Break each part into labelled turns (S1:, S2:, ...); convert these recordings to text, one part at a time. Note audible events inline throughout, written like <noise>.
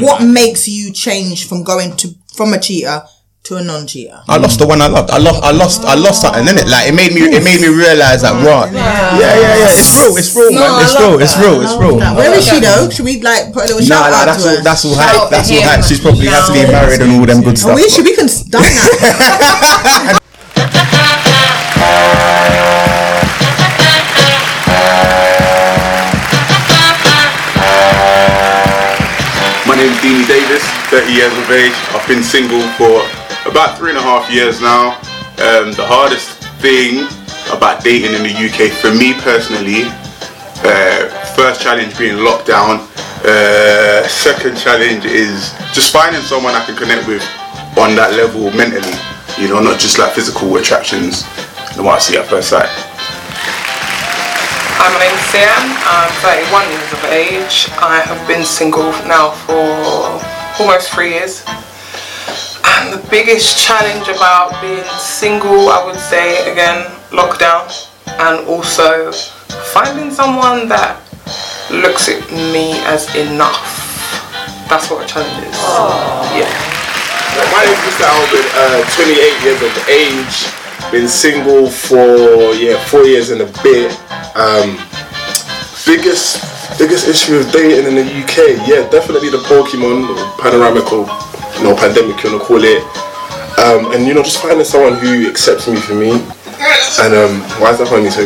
S1: What makes you change from going to from a cheater to a non-cheater?
S2: I lost the one I loved. I lost. I lost. I lost something in it. Like it made me. It made me realize that. Right. Yeah. yeah, yeah, It's real. It's real, man. It's real. It's real. It's real.
S1: Where is she though? Should we like put a little shout
S2: Nah, nah,
S1: out
S2: that's
S1: to
S2: all.
S1: her?
S2: That's all hype. That's all hype. She's probably has to be
S3: No.
S2: married and all them good stuff.
S1: we should we can stop that. <laughs>
S4: My name's Dean Davis, 30 years of age. I've been single for about three and a half years now. Um, the hardest thing about dating in the UK for me personally, uh, first challenge being lockdown. Uh, second challenge is just finding someone I can connect with on that level mentally. You know, not just like physical attractions and what I see at first sight.
S5: Hi, my name's Sam. I'm 31 years of age. I have been single now for almost three years. And the biggest challenge about being single, I would say, again, lockdown, and also finding someone that looks at me as enough. That's what a challenge is. Yeah.
S6: My name is Mr. Albert, uh, 28 years of age, been single for yeah four years and a bit. Um, biggest biggest issue of dating in the UK, yeah, definitely the Pokemon or panoramical, you know, pandemic you wanna call it. Um, and you know, just finding someone who accepts me for me. And um, why is that funny? So,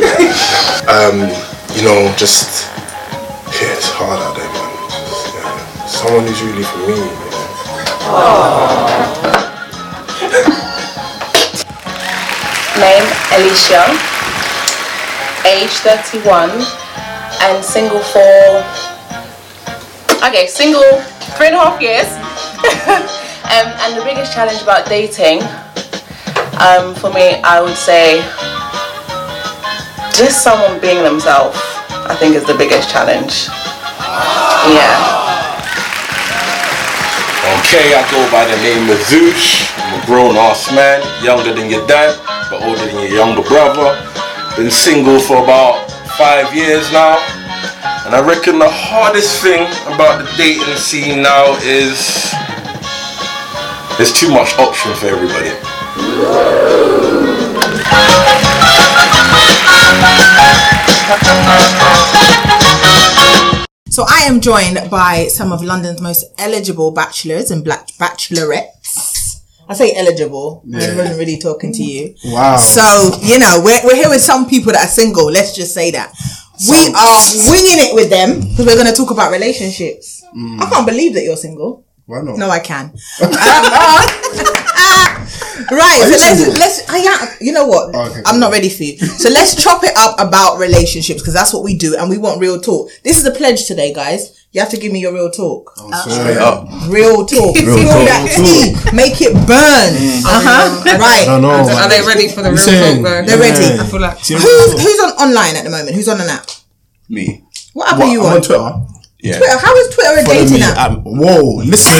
S6: um, you know, just yeah, it's hard out there, man. Just, yeah, someone who's really for me. You know.
S7: Name Alicia, age 31, and single for okay, single three and a half years. <laughs> um, and the biggest challenge about dating, um, for me, I would say just someone being themselves. I think is the biggest challenge. Yeah.
S3: Okay, I go by the name of Zoosh. I'm a grown ass man, younger than your dad, but older than your younger brother. Been single for about five years now. And I reckon the hardest thing about the dating scene now is there's too much option for everybody.
S1: So I am joined by some of London's most eligible bachelors and black bachelorettes. I say eligible. I wasn't really talking to you.
S2: Wow.
S1: So you know we're we're here with some people that are single. Let's just say that we are winging it with them because we're going to talk about relationships. I can't believe that you're single.
S2: Mm. Why not?
S1: No, I
S2: <laughs>
S1: can. Um, right. So let's, let's. I am. You know what?
S2: Oh, okay,
S1: I'm not ready for you. So let's chop it up about relationships because that's what we do, and we want real talk. This is a pledge today, guys. You have to give me your real talk.
S2: Straight up.
S1: Real talk. Feel
S2: talk. Mm.
S1: that tea. Make it burn. Uh huh. Right.
S2: I know.
S5: Are they ready for the real
S2: saying,
S5: talk though?
S1: They're ready.
S5: I feel like
S1: Who's who's on online at the moment? Who's on an app?
S2: Me.
S1: What app
S2: What,
S1: are you
S2: I'm
S1: on?
S2: on Twitter.
S1: Twitter. How is Twitter a
S2: Follow
S1: dating
S2: me.
S1: app?
S2: Um, whoa, listen.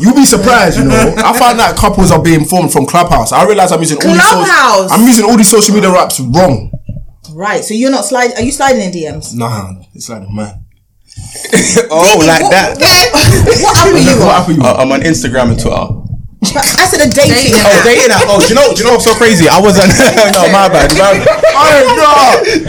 S2: You'll be surprised, you know. I found out couples are being formed from Clubhouse. I realize I'm using all these
S1: Clubhouse?
S2: social, I'm using all these social media apps wrong.
S1: Right. So you're not slide. Are you sliding in DMs?
S2: Nah, it's like man.
S8: Oh, like that.
S1: What, <laughs> what
S2: <laughs>
S1: app are you on?
S2: What app are you?
S8: Uh, I'm on Instagram and Twitter.
S1: I said a dating app.
S8: Oh, dating app. Oh, do you know? Do you know? what's so crazy. I wasn't. <laughs> no, my bad. My
S2: I don't know.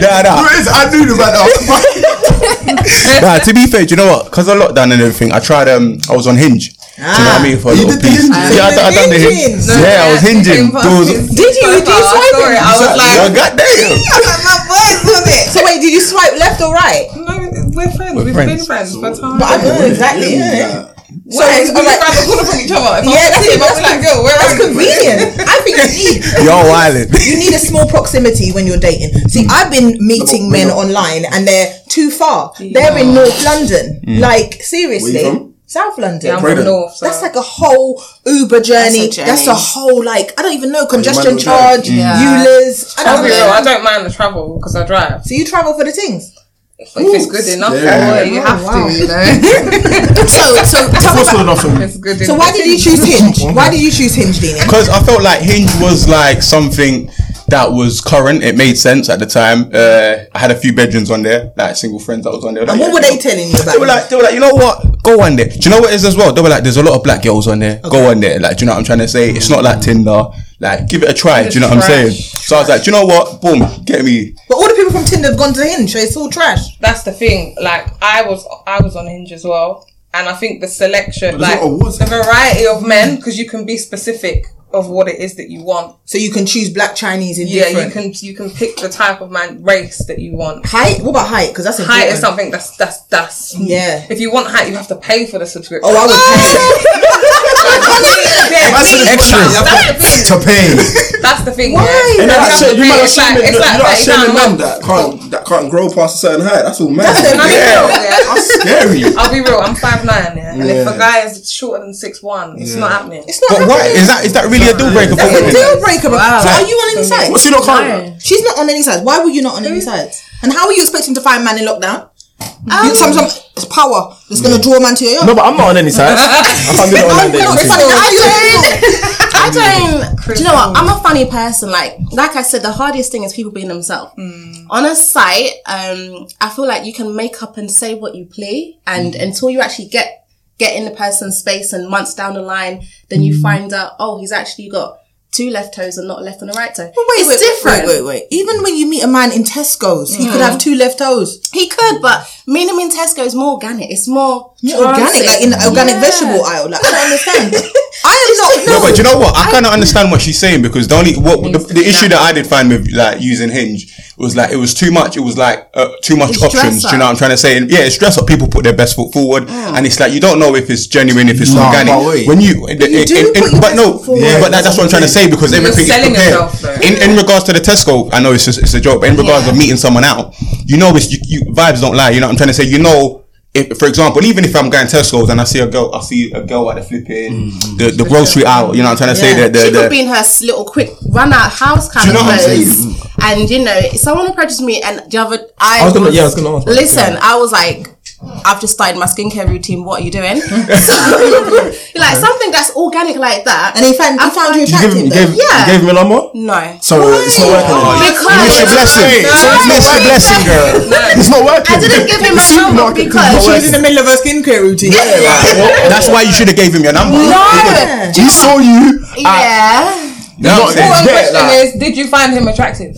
S8: bad.
S2: <laughs>
S8: Nah, nah.
S2: There is- I knew the man. that was-
S8: Nah, to be fair, do you know what? Because of lockdown and everything, I tried. Um, I was on Hinge. Do you know what I mean? For a
S2: You
S8: little
S2: did the
S8: piece.
S2: Hinge?
S8: Yeah, I, done- I done the
S1: Hinging.
S8: Hinge.
S1: No,
S8: yeah, I was hinging.
S3: came past
S8: Those-
S3: his
S1: Did you? Did you
S3: profile. I
S1: swipe
S3: saw
S1: it?
S3: it. I was like,
S8: <laughs> Yo, goddamn.
S1: my words, was it? So wait, did you swipe left or right?
S5: no, we're friends. We've been
S8: friends.
S5: friends uh, for time.
S1: I don't know exactly. Yeah. So
S5: Well,
S1: it's
S5: we
S1: like,
S5: just around the corner from each other. If
S1: yeah,
S5: I'm
S1: that's,
S5: him,
S1: that's,
S5: I'm like, yo, where
S1: that's
S5: are you?
S1: convenient. I think you need
S8: You're wilding.
S1: <laughs> you need a small proximity when you're dating. See,
S2: Hmm.
S1: I've been meeting men online and they're too far. They're in North London. Like seriously,
S2: Hmm. Where you from?
S1: South London.
S5: I'm from North. So.
S1: That's like a whole Uber journey.
S3: That's
S1: That's a,
S3: a
S1: whole like I don't even know congestion
S2: might Hmm. not
S1: charge, Eulers. I
S5: I'll
S1: don't
S5: be real, I
S1: know.
S5: don't mind the travel because I drive.
S1: So you travel for the things.
S5: But if it's good enough,
S2: yeah.
S5: boy, you have
S1: wow.
S5: to, you know.
S1: So so <laughs> tell me
S2: What's
S1: about,
S2: on offer?
S5: it's good
S1: So
S5: enough.
S1: why did you choose Hinge? Why did you choose Hinge, Dina?
S8: Because I felt like Hinge was like something
S4: that was current. It made sense at the time. Uh, I had a few bedrooms on there, like single friends that was on there.
S1: And what were they telling you about?
S4: They were like, they were like, you know what? Go on there. Do you know what it is as well? They were like, there's a lot of black girls on there. Go on there. Like, do you know what I'm trying to say? It's not like Tinder. Like, give it a try. Do you know what I'm saying? So I was like, do you know what? Boom, get me.
S1: but all the people from Tinder have gone to Hinge, so it's all trash.
S5: That's the thing. Like I was, I was on Hinge as well, and I think the selection,
S2: there's
S5: like
S2: a lot of wars.
S5: the variety of men, because you can be specific of what it is that you want.
S1: So you can choose black Chinese in
S5: Yeah,
S1: different.
S5: you can you can pick the type of man race that you want.
S1: Height? What about height? Because that's important.
S5: Height is something that's that's that's
S1: Yeah.
S5: If you want height, you have to pay for the subscription.
S1: Oh, I
S5: <laughs>
S1: would.
S2: That's an extra to pay.
S5: That's the thing.
S1: Why?
S5: Yeah.
S2: And
S1: That's
S2: that's
S5: the
S2: it. You
S5: thing,
S2: might
S5: it's like-
S2: shame men.
S5: it's like
S2: that- You might
S5: thirty
S2: shame
S5: pound
S2: men
S5: a
S2: that can't that can't grow past a certain height. That's all man.
S1: That's it, man.
S2: yeah, <laughs> that's scary.
S5: I'll be real. I'm five nine, yeah. And if
S2: Yeah.
S5: a guy is shorter than six one, it's not happening.
S1: It's not
S4: But why is that? Is that really a deal breaker for
S1: That's a
S4: women?
S1: deal breaker. So are you on any sides?
S2: What's he not current?
S1: She's not on any sides. Why were you not on any
S9: Mm.
S1: sides? And how are you expecting to find man in lockdown?
S9: Um,
S1: You, some some it's power that's gonna draw man to your yard.
S2: No, but I'm not on any
S4: <laughs>
S2: side. I can't get on that
S1: No, it's
S2: dating
S1: funny.
S2: thing.
S1: How you gonna- <laughs>
S9: I don't. Do you know what? I'm a funny person. Like, like I said, the hardest thing is people being themselves.
S1: Hmm.
S9: On a site, um, I feel like you can make up and say what you play, and
S1: Hmm.
S9: until you actually get get in the person's space, and months down the line, then
S1: Hmm.
S9: you find out, oh, he's actually got two left toes and not left and a right toe.
S1: Wait,
S9: it's
S1: wait,
S9: different.
S1: Wait, wait, wait. Even when you meet a man in Tesco's, he
S9: Mm.
S1: could have two left toes.
S9: He could, but meeting him in Tesco is more organic. It's more
S1: organic,
S9: organic.
S1: like in the organic vegetable aisle. Like I don't
S9: <laughs>
S1: understand. <laughs> I am not.
S4: No, but you know what? I kind of understand what she's saying because the only what the, the issue that I did find with like using Hinge was like it was too much. It was like uh, too much
S9: It's
S4: options.
S9: stress
S4: Do you know what I'm trying to say? And yeah, it's stress up. People put their best foot forward, and it's like you don't know if it's genuine, if it's
S2: Nah,
S4: organic.
S2: but wait.
S4: When you, in-
S1: you
S4: in-
S1: do
S4: in-
S1: put your
S4: but
S1: best
S4: no,
S1: foot forward.
S4: yeah, but that, that's what I'm trying to say because everything is
S5: selling
S4: prepared.
S5: yourself, though.
S4: in in regards to the Tesco, I know it's just, it's a joke, but in regards to meeting someone out, you know, it's you, you vibes don't lie. You know what I'm trying to say? You know. If, for example, even if I'm going Tesco's and I see a girl, I see a girl at the flipping the, the grocery aisle. You know what I'm trying to say? The, the,
S9: Mm. she
S4: the,
S9: could be in her little quick run out house kind
S4: you know
S9: of
S4: what I'm
S9: clothes. And you know, someone approaches me and the other I,
S2: I was gonna- yeah, I was gonna ask that,
S9: Listen, I was like I've just started my skincare routine. What are you
S2: <laughs>
S9: doing? So, <laughs> like something that's organic like that.
S1: And he found
S9: I
S1: he found you
S2: You gave
S1: attractive.
S2: him, you gave,
S1: though.
S9: Yeah.
S2: you gave him a number.
S9: no.
S2: So it's not working.
S9: Because
S2: It's your blessing.
S9: No,
S2: So it's
S9: no,
S2: not my
S9: no,
S2: blessing,
S9: no.
S2: girl. It's not working.
S9: I didn't give him
S2: You
S9: my
S2: see,
S9: number
S2: Mark, it's not
S9: because
S1: She's in the middle of her skincare routine.
S9: <laughs>
S4: That's why you should have gave him your number.
S9: No.
S2: He saw you.
S9: Yeah.
S4: You know what I'm saying?
S5: One
S2: Yeah,
S5: question
S2: like-
S5: is, did you find him attractive?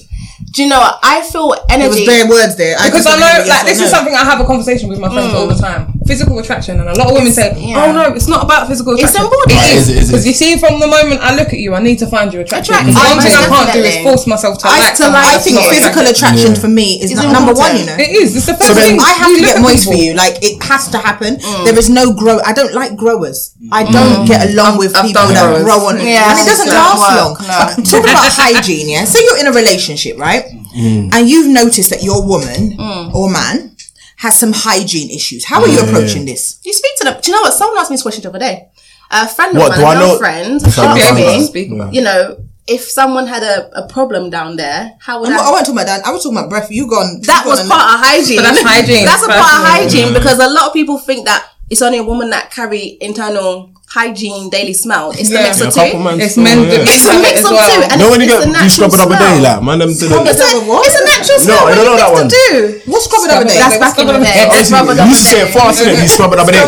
S9: Do you know what? I feel energy.
S1: It was bare words there.
S5: Because I
S1: couldn't
S5: know,
S1: remember yes
S5: like,
S1: or
S5: this is
S1: no.
S5: something I have a conversation with my friends all the time. Physical attraction, and a lot of women say,
S9: yeah.
S5: "Oh no, it's not about physical
S9: It's
S5: attraction." It
S9: embodied.
S2: Right,
S5: is
S2: is it- is it-
S5: because you see, from the moment I look at you, I need to find you attractive.
S9: Attractive,
S5: One thing I can't do is
S9: definitely.
S5: force myself to
S1: I,
S5: like.
S1: still
S5: someone
S1: like- I
S5: that's
S1: think
S5: not
S1: physical
S5: attractive.
S1: attraction for me is not, number
S9: important.
S1: one. You know,
S5: It is. It's the first thing.
S1: I have
S5: You
S1: to
S5: look
S1: get
S5: at
S1: moist for
S5: people.
S1: you. Like it has to happen.
S5: Mm.
S1: There is no grow. I don't like growers. I don't get along with
S5: I've
S1: people
S5: done
S1: that
S5: growers.
S1: grow on.
S9: Yeah.
S1: and it doesn't
S9: Don't
S1: last
S9: work,
S1: long.
S9: no.
S1: But talking
S9: <laughs>
S1: about hygiene, yeah. So you're in a relationship, right?
S5: Mm.
S1: And you've noticed that your woman
S9: Mm.
S1: or man has some hygiene issues. How are you approaching this?
S9: You speak to them. Do you know what? Someone asked me this question the other day. A friend
S2: What,
S9: of
S2: do I
S9: mine, a
S2: know-
S9: girlfriend,
S2: Sorry,
S9: asked
S2: I'm
S5: sorry.
S9: me,
S5: Yeah. Speak.
S9: you know, if someone had a, a problem down there, how would
S1: I'm not- I
S9: I?
S1: wasn't talking about that. I was talking about breath. You gone.
S9: That was part of hygiene.
S5: But that's hygiene,
S9: that's a part
S5: personal.
S9: of hygiene because a lot of people think that it's only a woman that carry internal hygiene daily smell. It's
S5: Yeah.
S9: the mix of two.
S5: It's men. the
S9: It's
S5: men
S9: a
S5: have
S9: mix
S5: it as
S9: of
S5: well.
S9: two. And
S2: No, when you
S9: it's,
S2: get
S9: it's a
S2: you scrub it
S9: natural
S2: up a day,
S9: smell.
S2: like man, them to
S9: It's
S2: the.
S9: a, it's a natural smell.
S2: I
S9: what
S2: don't
S9: do
S2: know
S9: you
S2: that
S9: think
S2: one.
S9: to do?
S1: What's covered up
S5: Scrub it
S1: there?
S9: That's back in the
S5: Scrub it up a
S9: day.
S5: day.
S2: Obviously,
S9: That's rub it
S2: you used to
S9: up a
S2: say it
S9: day.
S2: fast, innit? You scrub it up a
S1: <laughs>
S2: day.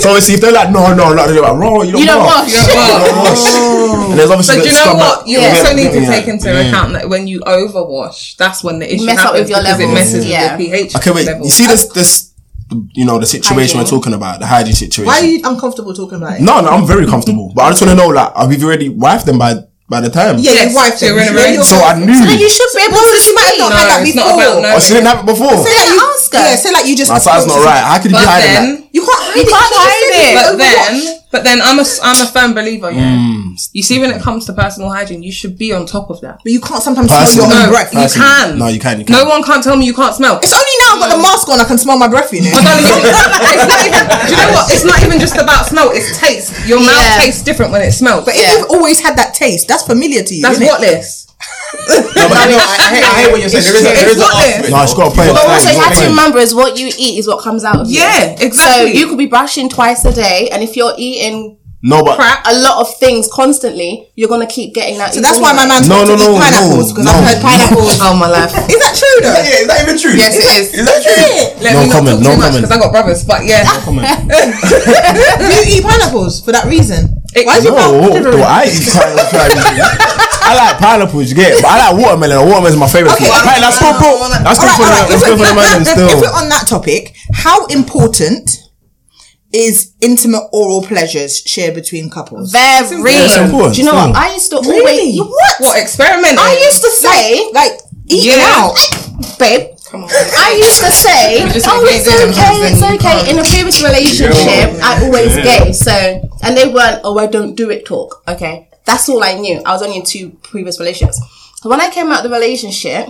S2: So obviously, if they're like, no, no, like, they're like, raw, you don't,
S9: You don't
S2: wash.
S9: wash.
S2: And there's obviously
S5: But do
S2: that
S5: you know
S2: scrub
S5: what?
S2: back.
S5: You
S2: Yeah,
S5: also
S2: yeah,
S5: need to
S2: yeah.
S5: take into account that when you overwash, that's when the issue
S9: Mess up
S5: happens
S9: with your
S5: because it
S9: levels.
S5: messes
S9: Yeah.
S5: with your pH
S2: Okay, wait.
S5: level.
S2: You see this, this, you know, the situation we're
S9: Hygiene.
S2: talking about, the hygiene situation.
S1: Why are
S9: <laughs>
S1: you uncomfortable talking about it?
S2: No, no, I'm very comfortable. But I just want to know, like, have you already wifed them by by the time?
S1: Yeah,
S5: Yes,
S1: your wife.
S5: you're in a
S1: then. You're-
S5: relationship.
S2: So I knew.
S9: So then you should be able to
S1: you might have not
S9: see.
S1: had that
S5: it's not
S1: before.
S5: about no.
S2: oh, she didn't have it before.
S1: Say like
S9: Yeah,
S1: you,
S9: ask her.
S1: Yeah, say like you just.
S2: My size not right. How could you be
S5: But
S2: hiding that?
S5: then,
S1: You can't hide it. You
S9: You can't
S1: just said
S9: hide it.
S1: it's
S5: but
S1: overwatch.
S5: then, but then, I'm a s- I'm a firm believer. Yeah,
S2: Mm.
S5: you see, when it comes to personal hygiene, you should be on top of that.
S1: But you can't sometimes smell
S2: Personally.
S1: your own
S5: No,
S1: breath.
S5: you
S2: Personally.
S5: can.
S2: No, you can, you
S5: No
S2: can.
S5: one can't tell me you can't smell.
S1: It's only now I've got the mask on I can smell my breath in it.
S5: But darling, it's it's not even. Do you know what? It's not even just about smell. It's taste. Your mouth
S9: Yeah.
S5: tastes different when it smells.
S1: But if you've always had that taste, that's familiar to you.
S5: that's
S1: isn't it?
S5: what this.
S4: No, but I, know, I, hate, I hate what you're saying. There is a, there is
S5: It's
S4: a
S5: not
S4: aspect.
S2: No, she's got a point.
S9: But
S2: She's
S9: also, you
S2: got a
S9: have to
S2: point.
S9: remember is what you eat is what comes out of you.
S5: Yeah,
S9: So
S5: exactly.
S9: you could be brushing twice a day, and if you're eating
S2: No, but
S5: Crap.
S9: a lot of things constantly, you're gonna keep getting that.
S1: So that's why my man's
S2: No,
S1: got
S2: no,
S1: to
S2: no,
S1: eat pineapples
S2: no,
S1: because
S2: no.
S1: I've heard pineapples.
S5: Oh my life.
S1: <laughs> Is that true though?
S4: Yeah, is that even true?
S5: Yes, it is.
S4: Is that true?
S5: Let
S2: No
S5: me not talk
S2: comment, no
S5: too much
S2: comment.
S5: because I got brothers. But yeah,
S1: Do <laughs> you eat pineapples for that reason?
S5: It-
S1: Why is your
S2: No,
S1: mouth
S2: do
S1: watering?
S2: Oh, I eat pineapple? I like pineapples, you get, it? but I like watermelon. Watermelon's my favorite
S1: Okay,
S2: food. Right, that's still pro. That's still
S1: Alright,
S2: for
S1: alright, if
S2: the. That's still
S1: we're-
S2: for the man.
S1: If we're
S2: Still.
S1: on that topic, how important is intimate oral pleasures shared between couples?
S9: Very.
S2: Yes, of course,
S9: Do you know what?
S2: yeah.
S9: I used to
S1: Really?
S9: always what?
S5: what experiment?
S9: I used to say,
S1: like eating
S5: Yeah.
S1: out.
S9: babe.
S5: Come on.
S9: I used to say,
S1: <laughs>
S5: just
S9: oh,
S5: make
S9: it's
S5: me do it,
S9: okay, it's
S5: I'm
S9: okay. In a previous relationship, I always gave. So, and they weren't, oh, I don't do it talk. Okay. That's all I knew. I was only in two previous relationships. So when I came out of the relationship,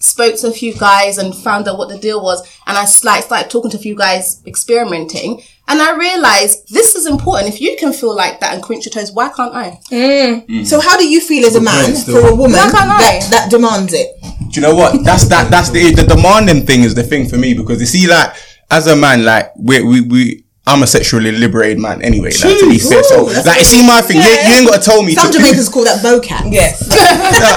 S9: spoke to a few guys and found out what the deal was. And I s- like started talking to a few guys, experimenting. And I realized this is important. If you can feel like that and crunch your toes, why can't I?
S1: So how do you feel as a man for a woman
S9: Why can't I?
S1: that, that demands it?
S4: Do you know what? That's that. That's the the demanding thing is the thing for me because you see, like as a man, like we we we. I'm a sexually liberated man anyway, like, to be fair. So, like, you see my thing, you, you ain't got to tell me.
S1: Some
S4: to,
S1: Jamaicans call that vocab.
S5: Yes.
S4: yeah,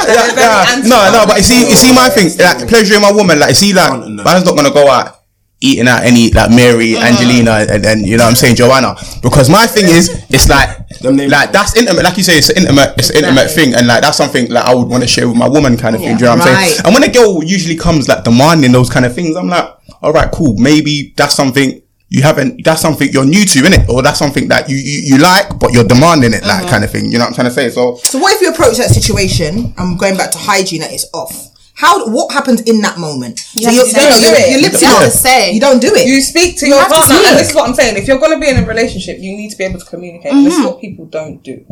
S4: yeah, yeah. No, no, but you see, you see my thing, like, pleasuring my woman, like, you see, like, man's not gonna go out eating out any, like, Mary,
S9: Uh-huh.
S4: Angelina, and, and, you know what I'm saying, Joanna. Because my thing is, it's like,
S2: Them names.
S4: like, that's intimate, like you say, it's an intimate, it's an intimate thing, and, like, that's something, like, I would wanna share with my woman kind of thing, do you know what I'm
S1: Right.
S4: saying? And when a girl usually comes, like, demanding those kind of things, I'm like, alright, cool, maybe that's something. You haven't. That's something you're new to, innit? Or that's something that you, you, you like, but you're demanding it,
S9: Uh-huh.
S4: that kind of thing. You know what I'm trying to say? So
S1: So what if you approach that situation? I'm going back to hygiene that is off. How what happens in that moment? so
S9: have
S1: you're,
S9: to
S1: no,
S9: say
S1: no,
S9: it.
S1: you're, you're lip
S9: You have to
S1: synced.
S9: say.
S1: You don't do it.
S5: You speak to your
S9: have to
S5: partner,
S9: speak.
S5: and this is what I'm saying. If you're going to be in a relationship, you need to be able to communicate. And
S9: Mm-hmm.
S5: This is what people don't do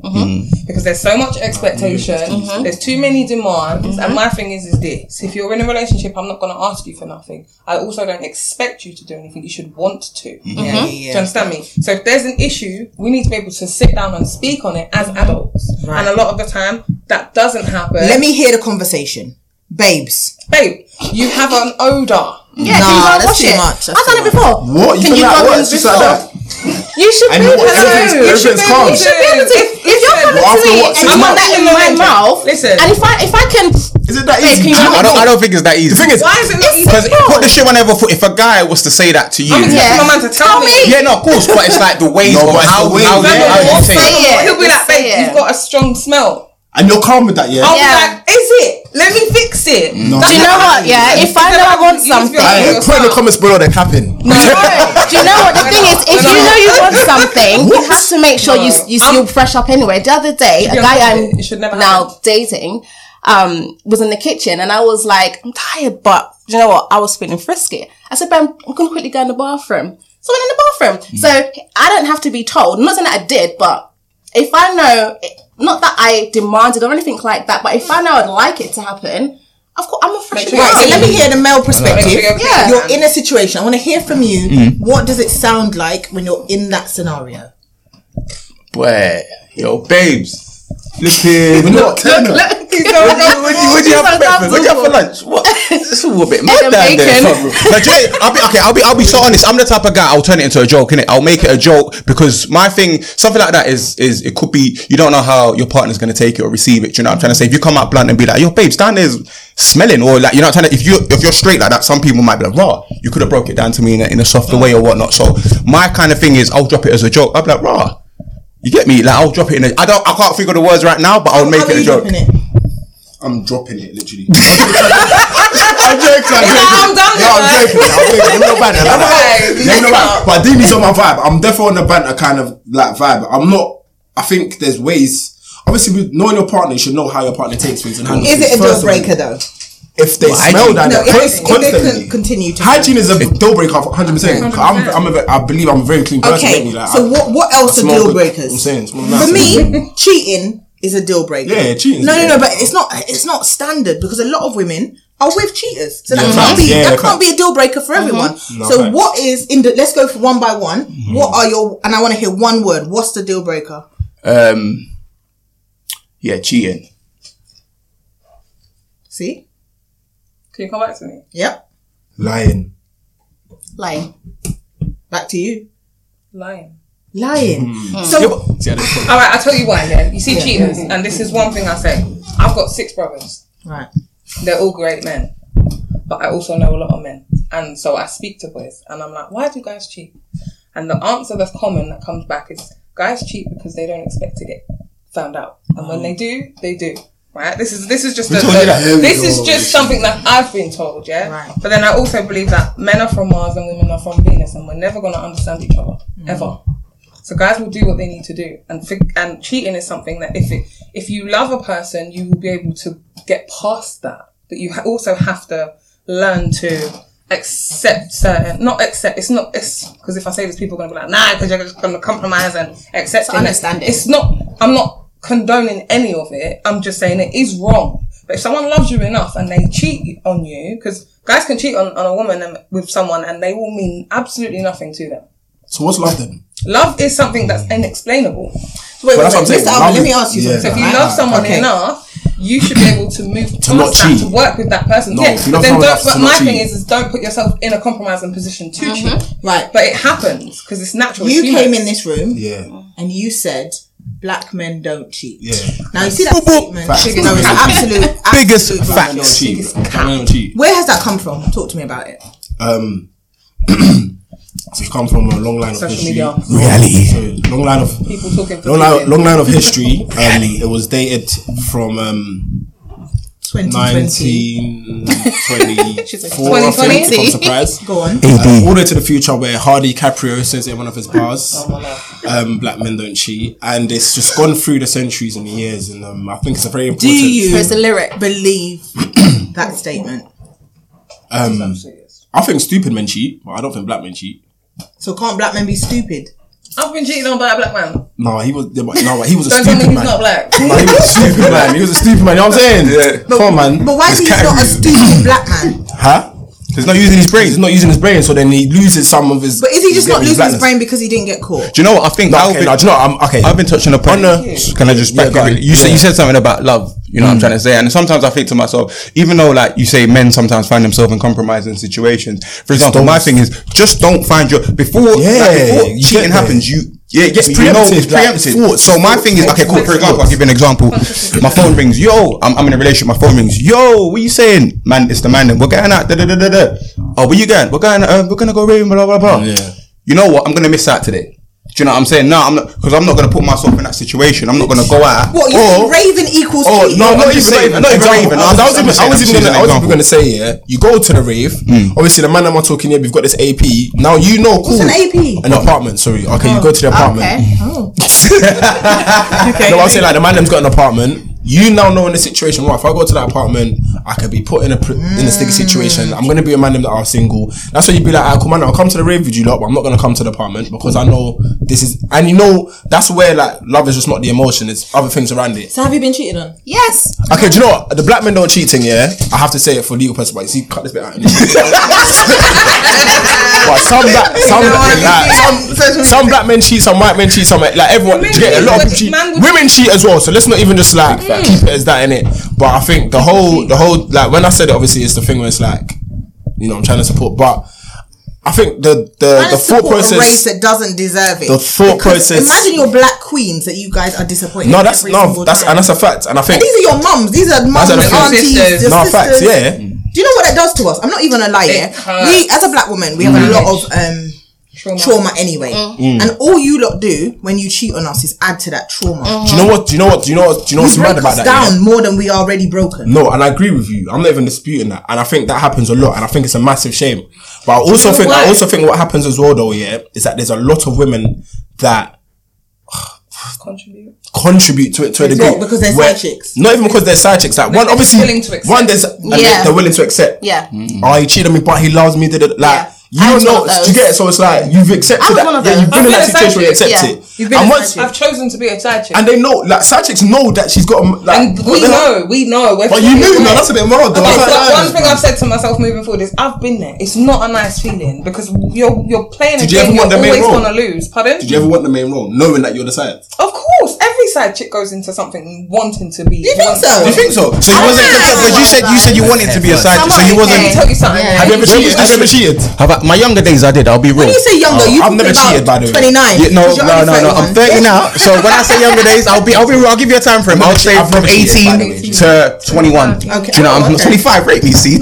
S5: because there's so much expectation.
S9: Mm-hmm.
S5: There's too many demands, and my thing is, is this: if you're in a relationship, I'm not going to ask you for nothing. I also don't expect you to do anything. You should want to. Yeah? Do you understand me? So if there's an issue, we need to be able to sit down and speak on it as adults. And a lot of the time, that doesn't happen.
S1: Let me hear the conversation, babes.
S5: babe. You have an odor.
S9: Yeah,
S1: Nah,
S9: can you go and
S1: that's
S9: wash
S1: too
S9: it?
S1: much, that's
S9: I've done
S1: too
S9: it before.
S2: What? You
S9: Can
S2: feel
S9: you
S2: like what?
S9: go and
S2: It's just like that?
S9: wash it? You should
S2: And
S9: be
S2: what-
S9: able
S2: everything's-
S9: to. You
S2: everything's
S9: should be
S2: calm.
S9: able to. If you're coming
S2: Well, after
S9: to me
S2: what-
S9: and you
S2: I'm
S9: want
S2: not
S9: that in my
S5: telling you.
S9: mouth,
S5: Listen.
S9: and if I if I can,
S2: Is it that
S9: Babe,
S2: easy?
S9: can you
S4: I don't, I don't think it's that easy.
S2: The thing is,
S5: Why is it not easy?
S4: Because put the shit on ever foot. If a guy was to say that to you,
S5: I'm
S9: Yeah.
S5: expecting my man to tell,
S9: Tell
S5: me.
S9: me.
S4: yeah, no, of course, but it's like the ways of
S2: No, but it's
S4: how
S2: the
S4: we
S2: way.
S4: how we
S2: Yeah,
S4: how
S2: yeah,
S4: you
S5: He'll
S4: say
S5: say
S4: it.
S9: it.
S5: He'll be like,
S9: Just say
S5: babe,
S9: it.
S5: you've got a strong smell.
S2: and you're calm with that, yeah.
S5: I'll be
S9: Yeah.
S5: like, is it? Let me fix it.
S9: do you know what? Yeah, if I know I want something.
S2: Hey, put in the comments below that happened.
S9: No, do you know what the thing is? If you know you want something, you have to make sure you you still fresh up anyway. The other day, a
S5: Yeah,
S9: guy
S5: but
S9: I'm
S5: it should never
S9: now
S5: happen.
S9: dating um was in the kitchen, and I was like, I'm tired, but do you know what? I was feeling frisky. I said, "Babe, I'm gonna quickly go in the bathroom." So I went in
S5: Hmm.
S9: the bathroom. So I don't have to be told. I'm not saying that I did, but if I know, not that I demanded or anything like that, but if I know I'd like it to happen, of course I'm a fresh.
S5: sure
S1: Right, so let me hear the male perspective.
S5: Make sure you're
S9: Yeah.
S1: You're in a situation. I want to hear from you.
S2: Mm-hmm.
S1: What does it sound like when you're in that scenario?
S4: Boy, yo, babes,
S2: Flipping. We're not telling her.
S4: what
S9: <laughs>
S4: do you, what do you have for
S9: Sounds
S4: breakfast? What do you have for lunch? What? It's a little bit mad down there.
S9: bacon.
S4: fam. But do you know, I'll be okay. I'll be I'll be so honest. I'm the type of guy. I'll turn it into a joke, innit? I'll make it a joke because my thing, something like that is is it could be you don't know how your partner's gonna take it or receive it. Do you know what I'm trying to say? If you come out blunt and be like, "Yo, babe, stand there smelling," or like you know, what I'm trying to if you if you're straight like that, some people might be like, "Raw, you could have broke it down to me in a, in a softer way or whatnot." So my kind of thing is, I'll drop it as a joke. I'll be like, "Raw." You get me? Like I'll drop it in a. I don't. I can't figure the words right now, but I'll make
S1: How are
S4: it a
S1: you
S4: joke.
S1: dropping it?
S2: I'm dropping it, <laughs> literally. I'm joking, I'm joking.
S5: I'm done
S2: no, I'm
S5: with
S2: joking. I'm joking. Let me not banter. Let me not-
S5: Right.
S2: let me not banter. But I do need some of my vibe. I'm definitely on the banter kind of like vibe. I'm not. I think there's ways. Obviously, with knowing your partner, you should know how your partner takes things and handles
S1: Is
S2: things.
S1: it a
S2: First
S1: deal
S2: of all,
S1: breaker though?
S2: If they smell that,
S1: No, if, if they
S2: const- constantly.
S1: can continue to
S2: Hygiene is a deal breaker, for 100%. I'm, I'm a, ve- I believe I'm a very clean person.
S1: Okay,
S2: really, like,
S1: so
S2: I-
S1: what what else are
S2: smell
S1: deal
S2: good.
S1: breakers?
S2: I'm saying, smell nice.
S1: For me, cheating is a deal breaker.
S2: Yeah, cheating's
S1: No,
S2: a
S1: no,
S2: deal
S1: no, but it's not it's not standard because a lot of women are with cheaters, so that
S2: Yeah,
S1: can't
S2: facts.
S1: be
S2: Yeah,
S1: that
S2: facts.
S1: can't be a deal breaker for everyone.
S2: No,
S1: so
S2: facts. Mm-hmm.
S1: what is in the? Let's go for one by one. What are your? And I want to hear one word. What's the deal breaker?
S4: um yeah cheating
S1: See?
S5: Can you come back to me?
S1: Yep.
S2: Lying.
S9: Like
S1: Back to you.
S5: Lying.
S1: lying.
S2: Hmm.
S5: Hmm.
S1: So
S8: See how they put it.
S5: All right, I'll tell you why then. You see cheaters, and this is one thing I say. I've got six brothers.
S1: right,
S5: They're all great men. But I also know a lot of men. And so I speak to boys, and I'm like, why do guys cheat? And the answer that's common that comes back is guys cheat because they don't expect to get found out. And when they do, they do. Right? This is this is just a,
S2: told you that. Here we
S5: this is
S2: go.
S5: just something that I've been told, yeah.
S1: Right.
S5: But then I also believe that men are from Mars and women are from Venus, and we're never gonna understand each other ever. So guys will do what they need to do, and fig- and cheating is something that if it, if you love a person, you will be able to get past that. But you ha- also have to learn to accept certain, not accept. It's not it's because if I say this, people are gonna be like, nah, because you're just gonna compromise and accept.
S1: To understand it.
S5: It's not. I'm not condoning any of it. I'm just saying it is wrong. But if someone loves you enough and they cheat on you, because guys can cheat on, on a woman and, with someone and they will mean absolutely nothing to them.
S2: So what's love then?
S5: Love is something that's inexplainable.
S1: wait, wait,
S2: that's
S1: wait,
S2: what I'm saying.
S1: Mr. Alvin,
S2: Love
S1: let
S2: is-
S1: me ask you
S2: yeah.
S5: So
S1: something.
S5: if you
S1: right?
S5: love someone
S1: Okay.
S5: enough, you should be able to move past that
S2: cheat.
S5: to work with that person.
S2: No,
S5: yeah,
S2: if you
S5: but
S2: love
S5: then don't.
S2: someone enough
S5: But
S2: to
S5: my
S2: not
S5: thing
S2: cheat.
S5: is, is don't put yourself in a compromising position to cheat.
S1: Right.
S5: But it happens because it's natural.
S1: Mm-hmm. you
S5: it's human.
S1: came in this room
S2: Yeah.
S1: and you said black men don't cheat.
S2: Yeah.
S1: Now you see that statement.
S2: Facts.
S1: No, it's absolute.
S4: Biggest
S1: absolute
S4: facts.
S1: banging on.
S2: Cheat. Carry on, cheat.
S1: Where has that come from? Talk to me about it.
S2: um <clears throat> so you come from a long line
S5: Social
S2: of history.
S5: media.
S4: Reality.
S2: So, long line of
S5: People talking for
S2: long line,
S5: living.
S2: long line of history. Um, it was dated from um,
S1: 2020.
S2: 1924. I think, if I'm
S5: 2020.
S2: surprised.
S1: Go on.
S2: Um, all the way to the future, where Hardy Caprio says it in one of his
S1: Oh,
S2: bars, um, "Black men don't cheat," and it's just gone through the centuries and the years, and um, I think it's a very important.
S1: Do you
S7: There's a lyric.
S1: <coughs>
S2: <coughs>
S1: believe that statement?
S2: Um, I think stupid men cheat, but I don't think black men cheat.
S1: So can't black men be stupid?
S5: I've been cheated on by a black man.
S2: No, he was. No,
S1: <laughs>
S2: he was a
S5: Don't tell me
S2: stupid
S5: he's
S2: man.
S5: not black.
S2: Like, he was a stupid man. He was a stupid man. You know what I'm saying? Come on, man.
S1: But why is
S2: It's
S1: he not a
S2: categories.
S1: stupid black man?
S2: Huh? He's not using his brain. He's not using his brain, so then he loses some of his.
S1: But is he just not losing
S2: getting
S1: his
S2: blackness.
S1: brain because he didn't get caught?
S4: Do you know what I think?
S2: No,
S4: Alvin-
S2: okay, no, do you know? what? I'm okay.
S4: I've been touching upon.
S2: On
S4: it. Can I just
S2: Yeah,
S4: back
S2: go
S4: you?
S2: on.
S4: really? You, said,
S2: Yeah. Mm.
S4: you said something about love. You know what I'm trying to say, and sometimes I think to myself, even though like you say, men sometimes find themselves in compromising situations. For example, my thing is just don't find your before,
S2: Yeah,
S4: like, before cheating
S2: you get there.
S4: happens. You yeah, it gets
S2: It's
S4: preempted.
S2: preempted,
S4: it's
S2: like,
S4: preempted.
S2: thoughts,
S4: so my thing is okay, cool. For example, I'll give you an example. My phone rings. Yo, I'm, I'm in a relationship. My phone rings. Yo, what you saying, man? It's the man. We're going out. Da, da, da, da, da. Oh, where you going? We're going. Uh, we're gonna go raving. Blah blah blah.
S2: Yeah.
S4: You know what? I'm gonna miss out today. Do you know what I'm saying? No, I'm not because I'm not gonna put myself in that situation. I'm not gonna go out.
S1: What you
S4: or,
S1: think Raven equals
S2: Oh
S1: cheating? <laughs>
S2: no,
S4: I'm
S2: not
S4: just
S2: even
S4: saying,
S2: Raven.
S4: not even
S2: Example,
S4: Raven.
S2: I was, I was,
S4: I'm
S2: even,
S4: just
S2: I was even
S4: choosing
S2: gonna,
S4: an
S2: I was even
S4: example. Mm.
S2: gonna say yeah. You go to the rave. Obviously, the man I'm not talking here. We've got this AP. Now you know. Cool.
S1: an AP?
S2: An apartment. Sorry. Okay, you go to the
S5: Hmm.
S2: apartment.
S1: Okay. Oh. okay.
S2: No, I'm saying like the man them's got an apartment. You now know in the situation, right? If I go to that apartment, I could be put in a pr- in a sticky situation. I'm gonna be a man them that are single. That's why you'd be like, ah, come on, I'll come to the rave with you lot, but I'm not gonna come to the apartment because I know this is, and you know that's where like love is just not the emotion. It's other things around it.
S1: So have you been cheated on?
S7: Yes.
S2: Okay, do you know what? The black men don't cheating, yeah? I have to say it for legal purposes, but you see, cut this bit out. <laughs> but some black, some, black, like, some, some black men cheat, some white men cheat, some like everyone. Do you get it? a lot of people cheat.
S5: Man would-
S2: Women cheat as well, so let's not even just like keep it as that in it. But I think the whole, the whole like when I said it, obviously it's the thing where it's like, you know, I'm trying to support, but I think the the,
S1: Trying
S2: the
S1: to
S2: thought
S1: support
S2: process
S1: a race that doesn't deserve it.
S2: the thought
S1: Because
S2: process-
S1: Imagine your black queens that you guys are disappointed.
S2: No, that's
S1: every
S2: no,
S1: single
S2: that's
S1: time.
S2: and that's a fact, and I think
S1: these are your mums. These are mums,
S2: are the
S1: and
S2: things.
S1: aunties,
S5: Sisters.
S1: your
S2: no
S1: sisters.
S2: facts, yeah.
S1: Do you know what that does to us? I'm not even a liar.
S5: It hurts.
S1: We, as a black woman, we have
S2: Mm.
S1: a lot of um,
S5: Trauma.
S1: trauma anyway, and all you lot do when you cheat on us is add to that trauma.
S5: Mm.
S2: Do you know what? Do you know what? Do you know what? Do you know what's
S1: You
S2: mad
S1: break
S2: about
S1: us
S2: that? yeah?
S1: down more than we are already broken.
S2: No, and I agree with you. I'm not even disputing that, and I think that happens a lot, and I think it's a massive shame. But I also think I
S5: why?
S2: also think what happens as well, though, yeah, is that there's a lot of women that
S5: Contribute.
S2: contribute to it to a degree
S1: what? Because they're side
S2: where-
S1: chicks?
S2: Not even because they're side chicks. Like one,
S5: they're
S2: obviously,
S5: willing to accept.
S2: one there's and
S7: Yeah.
S2: they're willing to accept.
S7: Yeah.
S2: Oh, he cheated on me, but he loves me. Did it like?
S7: Yeah.
S2: You
S7: I
S2: don't
S7: was
S2: know,
S7: one of
S2: do you
S7: those.
S2: get it? So it's like you've accepted
S1: I was
S2: that.
S1: one of
S2: yeah,
S1: those.
S2: you've been
S5: I've
S2: in
S5: been
S2: that
S5: a side
S2: situation where you
S5: chick,
S2: accept
S7: yeah.
S2: it.
S1: You've been a
S2: and once,
S1: side chick.
S5: I've chosen to be a side chick.
S2: and they know, like side chicks know that she's got. a m- Like,
S5: And
S2: what
S5: we
S2: the hell-
S5: know, we know. we're
S2: But you
S5: fully
S2: knew, no,
S5: aware.
S2: that's a bit mild. though.
S5: Okay,
S2: That's
S5: so
S2: like-
S5: one thing I've said to myself moving forward is I've been there. It's not a nice feeling because you're you're playing a
S2: Did you ever
S5: game you're
S2: want the main
S5: always
S2: role?
S5: gonna lose. Pardon?
S2: Do you ever want the main role, knowing that you're the side?
S5: Of course, every side chick goes into something wanting to be.
S1: you think
S5: wanting
S1: so?
S5: to-
S1: Do
S4: You think so? So you
S1: I
S4: wasn't
S1: don't know.
S4: because you said you said you wanted to be a side. chick, So you
S5: Let me
S4: wasn't.
S5: tell you something.
S2: Have you ever cheated?
S4: Have I, my younger days, I did. I'll be real.
S1: When you say younger,
S2: Oh,
S1: you
S2: I've
S1: talking
S2: never cheated, by
S1: about
S2: the way.
S1: twenty nine.
S4: Yeah, no, no, no, no. I'm 30 now. So when I say younger days, I'll be, I'll be, real, I'll give you a time frame. I'll say
S2: I've
S4: from
S2: never cheated, by the
S4: 18 to 21.
S1: Okay.
S4: Do you know?
S1: Oh,
S4: I'm I'm
S1: okay.
S4: 25. Rate me, see.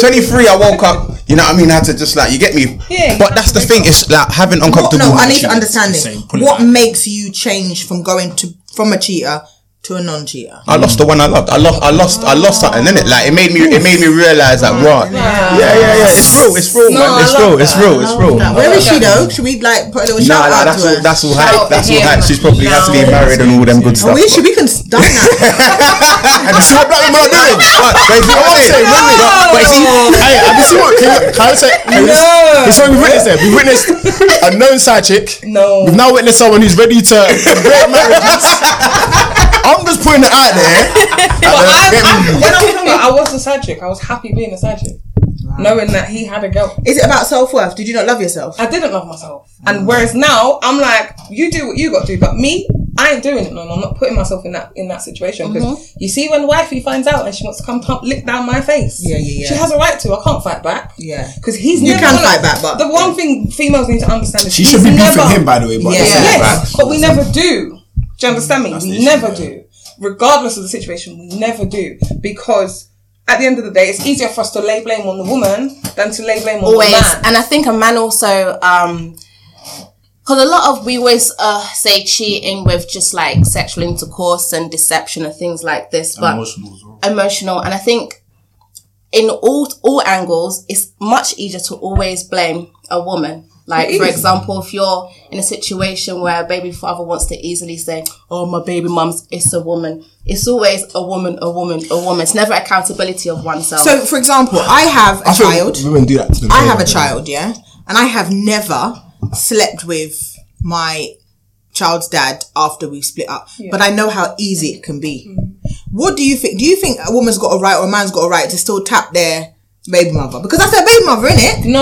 S4: 23. I woke up. You know what I mean? I had to just like you get me.
S5: Yeah, you
S4: But
S5: have
S4: that's
S5: to
S4: the thing. It's like having
S1: What, no,
S4: uncomfortable.
S1: I need to
S4: cheating.
S1: understand it.
S2: Same, pull it
S1: What
S2: back.
S1: makes you change from going to from a cheater to a non cheater?
S4: I lost the one I loved. I lost. I lost. I lost something in it. Like it made me. It made me realize that. Right. Yeah, yeah, yeah. It's real. It's real,
S5: No,
S4: man.
S5: I
S4: It's
S5: love
S4: real. It's
S5: that.
S4: real. It's real.
S1: Where is she though? Should we like put a little
S4: Nah,
S1: shout
S4: nah,
S1: out
S4: that's
S1: to
S4: all.
S1: her?
S4: That's all hype. That's all hype. She's probably actually married and all them good stuff.
S1: we should we can stop now.
S4: Have you seen what black women are doing? But but you see what I'm saying? But- but you see,
S2: Hey, have you seen what? Can, you- can I say? Can no. This what we've witnessed there. We've witnessed a known side chick. <laughs>
S5: No.
S2: We've now witnessed someone who's ready to break marriages. I'm just putting it out there.
S5: But I, I, when I was younger, I was a side chick. I was happy being a side chick, knowing that he had a girl.
S1: Is it about self worth? Did you not love yourself?
S5: I didn't love myself.
S1: Mm.
S5: And whereas now I'm like, you do what you got to do, but me, I ain't doing it no more. I'm not putting myself in that in that situation because
S1: Mm-hmm.
S5: you see, when wifey finds out and she wants to come pump lick down my face,
S1: Yeah, yeah, yeah.
S5: she has a right to. I can't fight back.
S1: Yeah.
S5: because he's
S1: You
S5: never
S1: can
S5: gonna-
S1: fight back, but-
S5: the one thing females need to understand is
S2: She should
S5: he's
S2: be beefing
S5: never-
S2: him, by the way. But
S1: Yeah.
S2: that's
S1: Yeah.
S2: it.
S5: Yes, but we never do. Do you understand me? We never do. Regardless of the situation, we never do. Because at the end of the day, it's easier for us to lay blame on the woman than to lay blame on
S9: always
S5: the man.
S9: and i think a man also um because a lot of we always uh, say cheating with just like sexual intercourse and deception and things like this but emotional, and i think in all all angles it's much easier to always blame a woman like for example if you're in a situation where a baby father wants to easily say oh my baby mum's it's a woman it's always a woman a woman a woman it's never accountability of
S1: <laughs>
S9: oneself
S1: So, for example, I have a
S2: I feel
S1: child.
S2: Women do that. To them.
S1: I have a child, yeah, and I have never slept with my child's dad after we split up. But I know how easy it can be.
S9: Mm-hmm.
S1: What do you think? Do you think a woman's got a right or a man's got a right to still tap their baby mother? Because that's their baby mother, innit? it?
S5: No,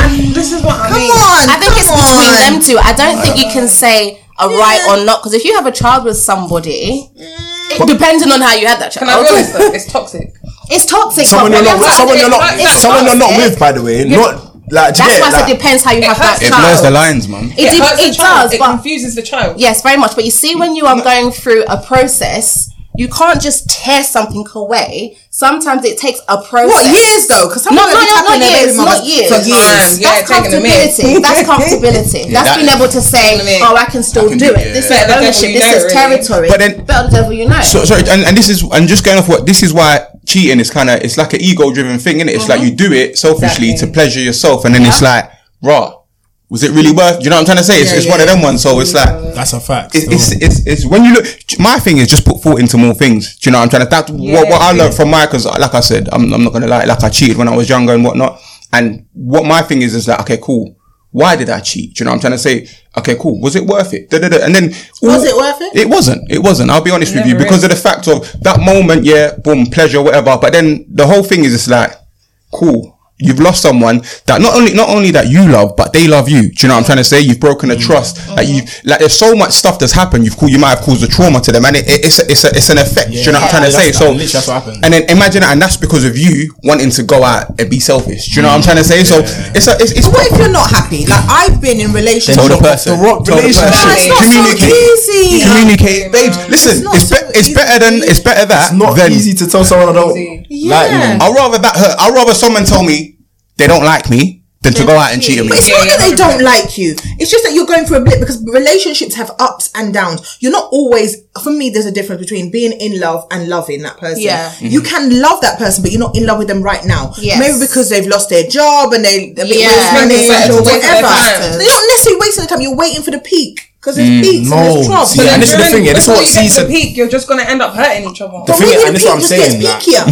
S5: and this is what I
S1: Come
S5: mean.
S1: on,
S9: I think
S1: come
S9: it's
S1: on.
S9: between them two. I don't think you can say a right or not because if you have a child with somebody,
S1: Mm.
S9: it, depending on how you had that
S5: Can I
S9: child,
S5: be honest though? It's
S2: <laughs>
S5: toxic.
S9: it's toxic.
S2: Someone you're not.
S9: but that's
S2: With,
S9: why
S2: someone
S9: I said
S2: you're not.
S9: it's
S2: Someone you're not
S9: toxic.
S2: with. By the way, not like. do you get
S9: That's why
S2: it?
S9: I said
S2: Like-
S9: depends how you have
S5: hurts
S9: that
S4: it
S5: the
S4: blurs
S9: child.
S4: the lines, man.
S5: It
S9: It, did-
S5: hurts the
S9: it
S5: child.
S9: does,
S5: It
S9: but
S5: confuses the child.
S9: yes, very much. But you see, when you are going through a process, you can't just tear something away. Sometimes it takes a process.
S1: What years though? Because some
S9: No,
S1: people
S9: no,
S1: be
S9: no,
S1: tapping
S9: not
S1: their
S9: years,
S1: baby
S9: not
S1: mamas
S9: years.
S1: for years.
S5: Yeah,
S9: that's
S5: taking a minute.
S9: comfortability. That's comfortability. that's
S4: that-
S9: being able to say,
S5: minute.
S9: "Oh, I can still
S4: can do-
S9: do it. This
S5: yeah. Better the
S9: is
S5: devil
S9: ownership.
S5: you
S9: This
S5: know,
S9: is
S5: really.
S9: territory."
S4: But then-
S9: better the devil you know.
S4: So, sorry, and, and this is and just going off what this is why cheating is kind of it's like an ego driven thing, innit? It's like you do it selfishly to pleasure yourself, and then it's like, raw, was it really worth? You know what I'm trying to say? It's, it's one of them ones. So it's like
S2: That's a fact.
S4: it's, it's, it's, it's when you look. My thing is just put thought into more things. Do you know what I'm trying to? That's what, what I learned from my because, like I said, I'm, I'm not gonna lie. Like I cheated when I was younger and whatnot. And what my thing is is like, okay, cool. Why did I cheat? Do you know what I'm trying to say? Okay, cool. Was it worth it? Da, da, da. And then
S1: Was it worth it?
S4: It wasn't. It wasn't. I'll be honest with you because of the fact of that moment. Yeah, boom, pleasure, whatever. But then the whole thing is it's like, cool. You've lost someone that not only not only that you love, but they love you. Do you know what I'm trying to say? You've broken a
S2: Mm.
S4: trust. Like
S2: Mm-hmm.
S4: you, like there's so much stuff that's happened. You've called, you might have caused a trauma to them, and it, it- it's a, it's a, it's an effect. do you know what I'm trying to say?
S2: That's- that-
S4: So
S2: literally that's what happened.
S4: And then imagine that, and that's because of you wanting to go out and be selfish. Do you know what I'm trying to say? So it's a, it's, it's
S1: But what if you're not happy? Like I've been in relationships.
S4: Tell the
S1: No,
S4: person.
S2: rock
S4: Tell the person.
S2: relationship.
S1: it's not so
S4: Communicate.
S1: easy.
S4: Communicate, babes. Listen,
S1: not
S4: it's,
S1: so
S4: be-
S1: easy.
S4: it's better than it's better that
S2: not
S4: than
S2: easy to tell someone I don't like
S1: Yeah.
S2: you.
S4: I'd rather that hurt. I'd rather someone tell me they don't like me than to go out and cheat on me.
S1: But it's not that they don't like you. It's just that you're going through a blip because relationships have ups and downs. You're not always. For me, there's a difference between being in love and loving that person.
S9: Yeah.
S2: Mm-hmm.
S1: You can love that person, but you're not in love with them right now.
S9: Yes.
S1: Maybe because they've lost their job and they they're a bit
S9: Yeah.
S1: yeah.
S9: Maybe it's
S1: money
S9: like
S1: or
S9: a waste of their
S1: whatever.
S9: time.
S1: They're not necessarily wasting the time. You're waiting for the peak because there's peaks and there's
S2: No,
S1: troughs.
S2: see, and this is the
S5: During-
S2: thing. Mm, Yeah, this is
S5: before
S2: what
S5: you get to
S2: season.
S5: the peak, you're just gonna end up hurting each other.
S2: The thing,
S1: Maybe the
S2: and this is what I'm
S1: peak just gets
S2: saying. like, <laughs>
S1: peakier.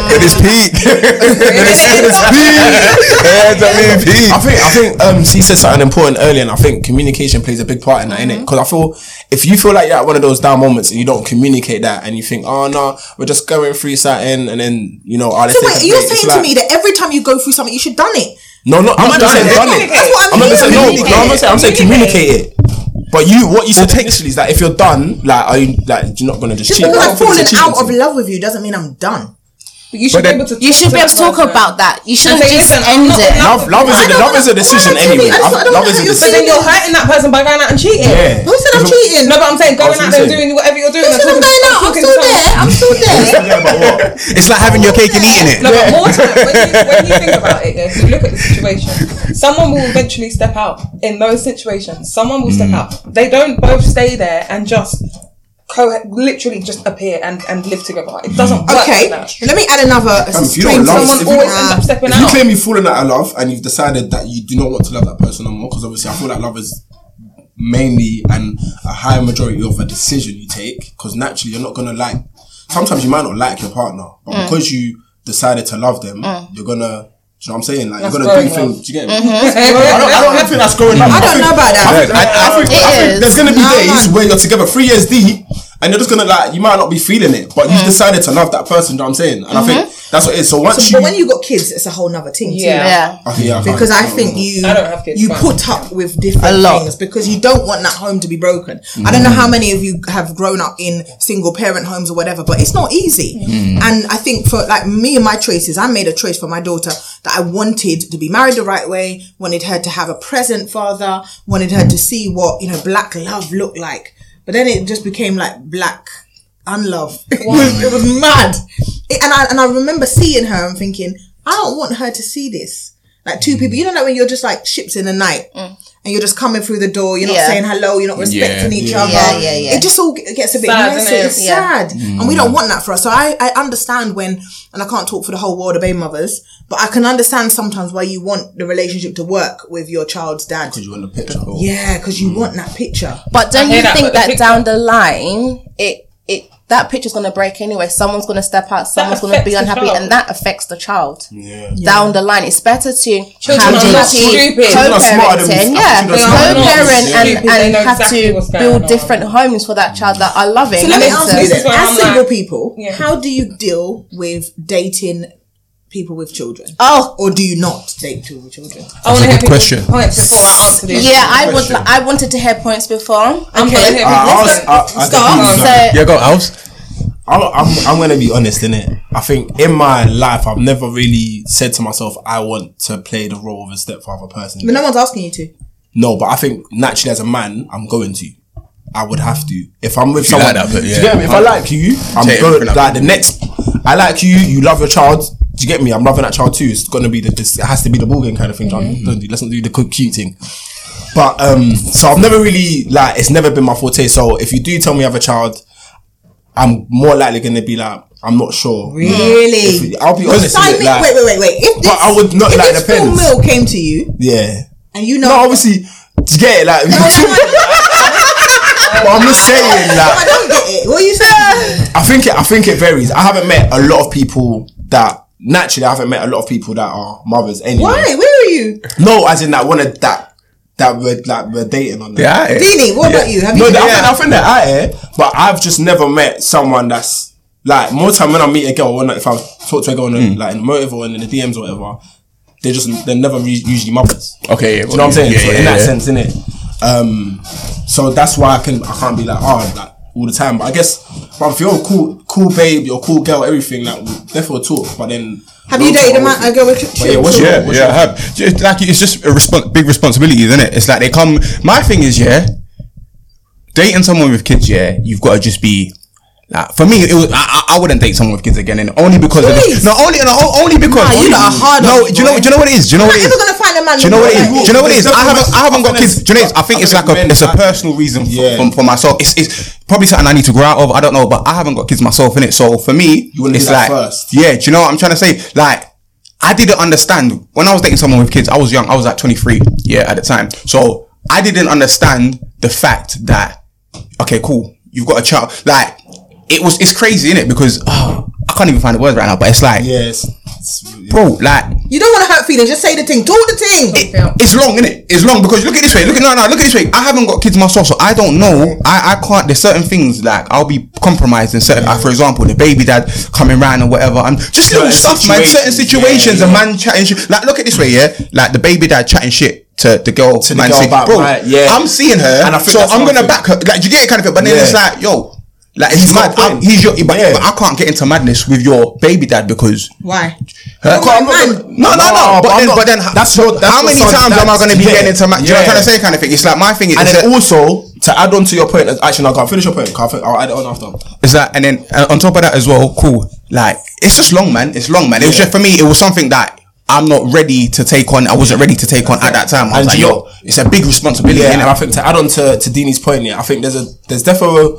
S4: It is peak. <laughs> it is peak. <laughs>
S2: I think I think um she said something important earlier, and I think communication plays a big part in that,
S1: Mm-hmm.
S2: innit? Because I feel if you feel like you're at one of those down moments and you don't communicate that, and you think, oh no, we're just going through something, and then you know, oh, let's
S1: So
S2: take a
S1: wait, you're
S2: break," it's
S1: saying to
S2: like-
S1: me that every time you go through something, you should done it.
S2: No, no, I'm not
S4: done
S2: saying
S4: it.
S2: done it.
S1: That's what I'm
S2: not saying no,
S1: hearing.
S2: no, I'm not saying I'm saying communicate it. But you, what you said initially is that if you're done, like, are you like you're not gonna just,
S1: Just
S2: cheat?
S1: because
S2: I
S1: I've
S2: don't think
S1: fallen
S2: it's a
S1: out
S2: cheating
S1: of
S2: thing.
S1: love with you doesn't mean I'm done.
S5: But you should
S4: then-
S5: be able to. Talk
S9: You should be able to talk
S5: that person.
S9: about that. You shouldn't
S5: say,
S9: just
S5: "Listen, I'm
S9: end
S5: not in
S9: it.
S5: love
S2: Love, love is a love is a decision
S1: I don't
S2: anyway.
S1: wanna
S2: Love,
S1: see
S2: love
S1: it. I just-
S5: But
S2: is a
S1: I
S2: decision.
S5: then you're hurting that person by going out and cheating.
S2: Yeah.
S1: Who said I'm
S2: If-
S1: cheating?
S5: No, but I'm saying
S2: I
S5: going
S2: was
S5: out
S2: gonna
S5: there
S2: say.
S5: doing whatever you're
S1: Who
S5: doing. and
S1: said I'm
S5: talking to-
S1: going out? I'm still there. I'm
S5: talking to someone.
S1: still there.
S4: <laughs>
S2: Yeah, but what?
S4: It's like having your cake and eating it.
S5: No, but more time, when you,
S2: <laughs>
S5: when you think about it, though, if you look at the situation, someone will eventually step out. In those situations, someone will
S2: Mm.
S5: step out. They don't both stay there and just co- literally just appear and, and live together. It doesn't work.
S1: Okay,
S5: like that.
S1: let me add another
S2: if you don't
S1: string. Someone
S2: love us, if
S5: Someone
S2: you-
S5: always
S1: Ah.
S5: ends up stepping
S2: If you
S5: out. <laughs>
S2: claim you've fallen out of love and you've decided that you do not want to love that person no more, because obviously I feel like love is mainly and a high majority of a decision you take, because naturally you're not gonna like. Sometimes you might not like your partner, but because you decided to love them, you're gonna. Do you know what I'm saying? Like you're
S5: That's
S2: gonna do
S5: growing
S2: things. Do you get me? I don't, Mm-hmm. I don't even think that's growing up.
S1: I don't know about that.
S2: I, I think, I
S9: is.
S2: think there's gonna be
S1: No,
S2: days
S1: man.
S2: where you're together three years deep, and you're just gonna like you might not be feeling it, but you've decided to love that person. Do you know what I'm saying? And I think that's what it is. So
S1: Mm.
S2: once
S1: Mm-hmm. So,
S2: you,
S1: but when you got kids, it's a whole nother thing. too.
S5: Yeah.
S9: Yeah.
S2: okay, yeah, fine.
S1: Because I think you
S5: I don't have kids,
S1: you
S5: fine.
S1: put up with different
S9: lot.
S1: things because you don't want that home to be broken. I don't know how many of you have grown up in single parent homes or whatever, but it's not easy. And I think for like me and my choices, I made a choice for my daughter that I wanted to be married the right way, wanted her to have a present father, wanted her to see what, you know, black love looked like. But then it just became like black unlove. <laughs> It was, it was mad. It- and I and I remember seeing her and thinking, I don't want her to see this. Like two people, you know, like when you're just like ships in the night, and you're just coming through the door. You're not
S9: Mm. Yeah.
S1: saying hello. You're not respecting each other.
S9: Yeah, yeah, yeah.
S1: It just all g- gets a bit
S5: Sad,
S1: messy.
S5: innit?
S1: It's
S9: Yeah.
S1: sad, and we
S9: Mm.
S1: don't want that for us. So I, I understand when, and I can't talk for the whole world of baby mothers, but I can understand sometimes why you want the relationship to work with your child's dad.
S2: you want the picture. bro.
S1: Yeah, because
S9: Mm.
S1: you want that picture.
S9: But don't
S5: hear
S9: you
S5: that,
S9: think
S5: but the
S9: that
S5: picture-
S9: down the line, it it that picture's gonna break anyway. Someone's gonna step out. Someone's gonna be
S5: affects the
S9: unhappy,
S5: child.
S9: and that affects the child. Down the line, it's better to
S5: Children
S9: have
S5: are not
S9: happy
S5: stupid. Children
S2: are smarter
S9: co-parenting.
S2: than-
S9: Yeah,
S2: Children are
S5: not
S9: co-parent
S5: stupid.
S9: and,
S5: They
S9: and
S5: know
S9: have
S5: exactly what's
S9: to
S5: going
S9: build
S5: on.
S9: different homes for that child that are loving.
S1: So let me
S9: and
S1: ask
S9: listen.
S1: you
S5: This
S1: this:
S5: is where
S1: As
S5: I'm
S1: single
S5: like-
S1: people,
S5: Yeah.
S1: how do you deal with dating people with children?
S9: Oh.
S1: or do you not date people with children?
S5: I want to
S4: a
S5: hear
S4: good
S5: people
S4: question.
S5: points before I answer this.
S9: Yeah, I would. I wanted to hear points before.
S5: I'm
S9: okay.
S5: gonna hear people.
S2: Uh, I was- I- I
S5: Start.
S2: think
S9: So
S2: so.
S4: Yeah, go house.
S2: I'm, I'm, I'm gonna be honest in it. I think in my life, I've never really said to myself, I want to play the role of a stepfather person.
S1: But no one's asking you to.
S2: No, but I think naturally as a man, I'm going to. I would have to if I'm with
S4: you
S2: someone.
S4: like that bit,
S2: do you
S4: yeah.
S2: get me? If I like you, I'm
S4: Take
S2: going
S4: everything up.
S2: like the next. I like you. You love your child. Do you get me? I'm loving that child too. It's gonna be the. This, it has to be the ball game kind of thing. John. Don't do. Let's not do the cook cute thing. But um, so I've never really like it's never been my forte. So if you do tell me I have a child, I'm more likely gonna be like I'm not sure.
S1: Really?
S2: Mm. I'll be honest.
S1: Sign
S2: with
S1: me-
S2: it, like,
S1: wait, wait, wait, wait. If this,
S2: But I would not
S1: if
S2: like
S1: this
S2: the
S1: full
S2: pens.
S1: meal came to you
S2: Yeah.
S1: and you know,
S2: No, obviously. Do you get it? Like. <laughs> but I'm just saying like.
S1: I don't get it. What are you saying?
S2: <laughs> I think it. I think it varies. I haven't met a lot of people that naturally. I haven't met a lot of people that are mothers anyway.
S1: Why? Where are you,
S2: No, as in that one of that that were like were dating on. that.
S4: Yeah, alright.
S1: Dini? What about you? Have
S2: No,
S1: you?
S2: I, think, I think they're out here, but I've just never met someone that's like more time when I meet a girl, when like, if I talk to a girl on the, like in the motive or in the DMs or whatever, they just they're never re- usually mothers.
S4: Okay, yeah,
S2: Do you know what I'm saying?
S4: yeah,
S2: so
S4: yeah,
S2: in that
S4: yeah.
S2: sense, in it. Um, so that's why I can I can't be like oh like all the time. But I guess, but if you're a cool cool babe, you're a cool girl, everything like we'll definitely talk. But then
S1: have you dated a, man, a girl with
S2: But yeah,
S1: children?
S2: what's your-
S4: Yeah,
S2: what's
S4: yeah, I
S2: your-
S4: have. Just, like it's just a respons- big responsibility, isn't it? It's like they come. My thing is, yeah, dating someone with kids, yeah, you've got to just be. Like, for me, it was I, I I wouldn't date someone with kids again, and only because of
S1: Please.
S4: the, no, only no, o- only because
S1: Nah, you
S4: only-
S1: lot are hard
S4: No,
S1: on me,
S4: do you know?
S1: boy.
S4: Do you know what it is? Do you know what it
S1: I'm
S4: is?
S1: never gonna find a man.
S4: Do you know what it
S1: like
S4: is?
S1: that.
S4: Do you know what it is? I haven't, I haven't got
S2: Definitely.
S4: kids. Do you know what it is? I think it's like a, it's a personal reason f- from, for myself. It's, it's probably something I need to grow out of. I don't know, but I haven't got kids myself in it. So for me,
S2: wanna
S4: it's
S2: do that
S4: like,
S2: first.
S4: yeah, do you know what I'm trying to say? Like, I didn't understand when I was dating someone with kids. I was young. I was like 23, yeah, at the time. So I didn't understand the fact that, okay, cool. You've got a child. Like, it was, it's crazy, innit? Because, <sighs> oh, I can't even find the words right now, but it's like,
S2: Yes. It's-
S4: bro, like,
S1: You don't want to hurt feelings. Just say the thing. Do the thing.
S4: it's long, isn't it? It's long because look at it this way. Look at no, no. Look at it this way. I haven't got kids myself, so I don't know. I, I can't. There's certain things like I'll be compromised in certain. Like, for example, the baby dad coming round or whatever, and just little
S2: Certain
S4: stuff, man. Certain situations,
S2: situations,
S4: a
S2: yeah, yeah.
S4: man chatting shit. Like look at it this way, yeah. Like the baby dad chatting shit. To the girl,
S2: To the
S4: man,
S2: girl
S4: saying,
S2: about
S4: bro,
S2: my- yeah.
S4: I'm seeing her,
S2: And I think
S4: so
S2: that's
S4: I'm
S2: one
S4: gonna
S2: thing.
S4: back her. Like, do you get it kind of thing? But then
S2: Yeah.
S4: it's like, yo, Like it's
S2: He's
S4: mad.
S2: got a
S4: I,
S2: point.
S4: he's your, but,
S2: Yeah.
S4: but I can't get into madness with your baby dad because
S1: Why?
S4: Huh?
S1: Come on, man.
S4: Uh, No, no, no.
S2: No,
S4: But,
S2: but I'm
S4: then,
S2: not-
S4: but then, h-
S2: that's your- that's
S4: how
S2: your
S4: many
S2: son's
S4: times am I
S2: dad's-
S4: going to be
S2: yeah.
S4: getting into? Ma- Do you know what I'm
S2: Yeah.
S4: trying to say? Kind of thing. It's like my thing. Is,
S2: And
S4: it's,
S2: then
S4: like,
S2: also to add on to your point, actually, no, I can't finish your point. Can't fin- I'll add it on after.
S4: it's like, and then uh, on top of that as well, cool. Like it's just long, man. It's long, man. It was
S2: Yeah.
S4: just for me. It was something that. I'm not ready to take on. I wasn't ready to take on at that time. I was
S2: And
S4: like,
S2: you-
S4: yo, it's a big responsibility.
S2: Yeah, and I
S4: innit?
S2: think to add on to, to Dini's point here, I think there's a there's definitely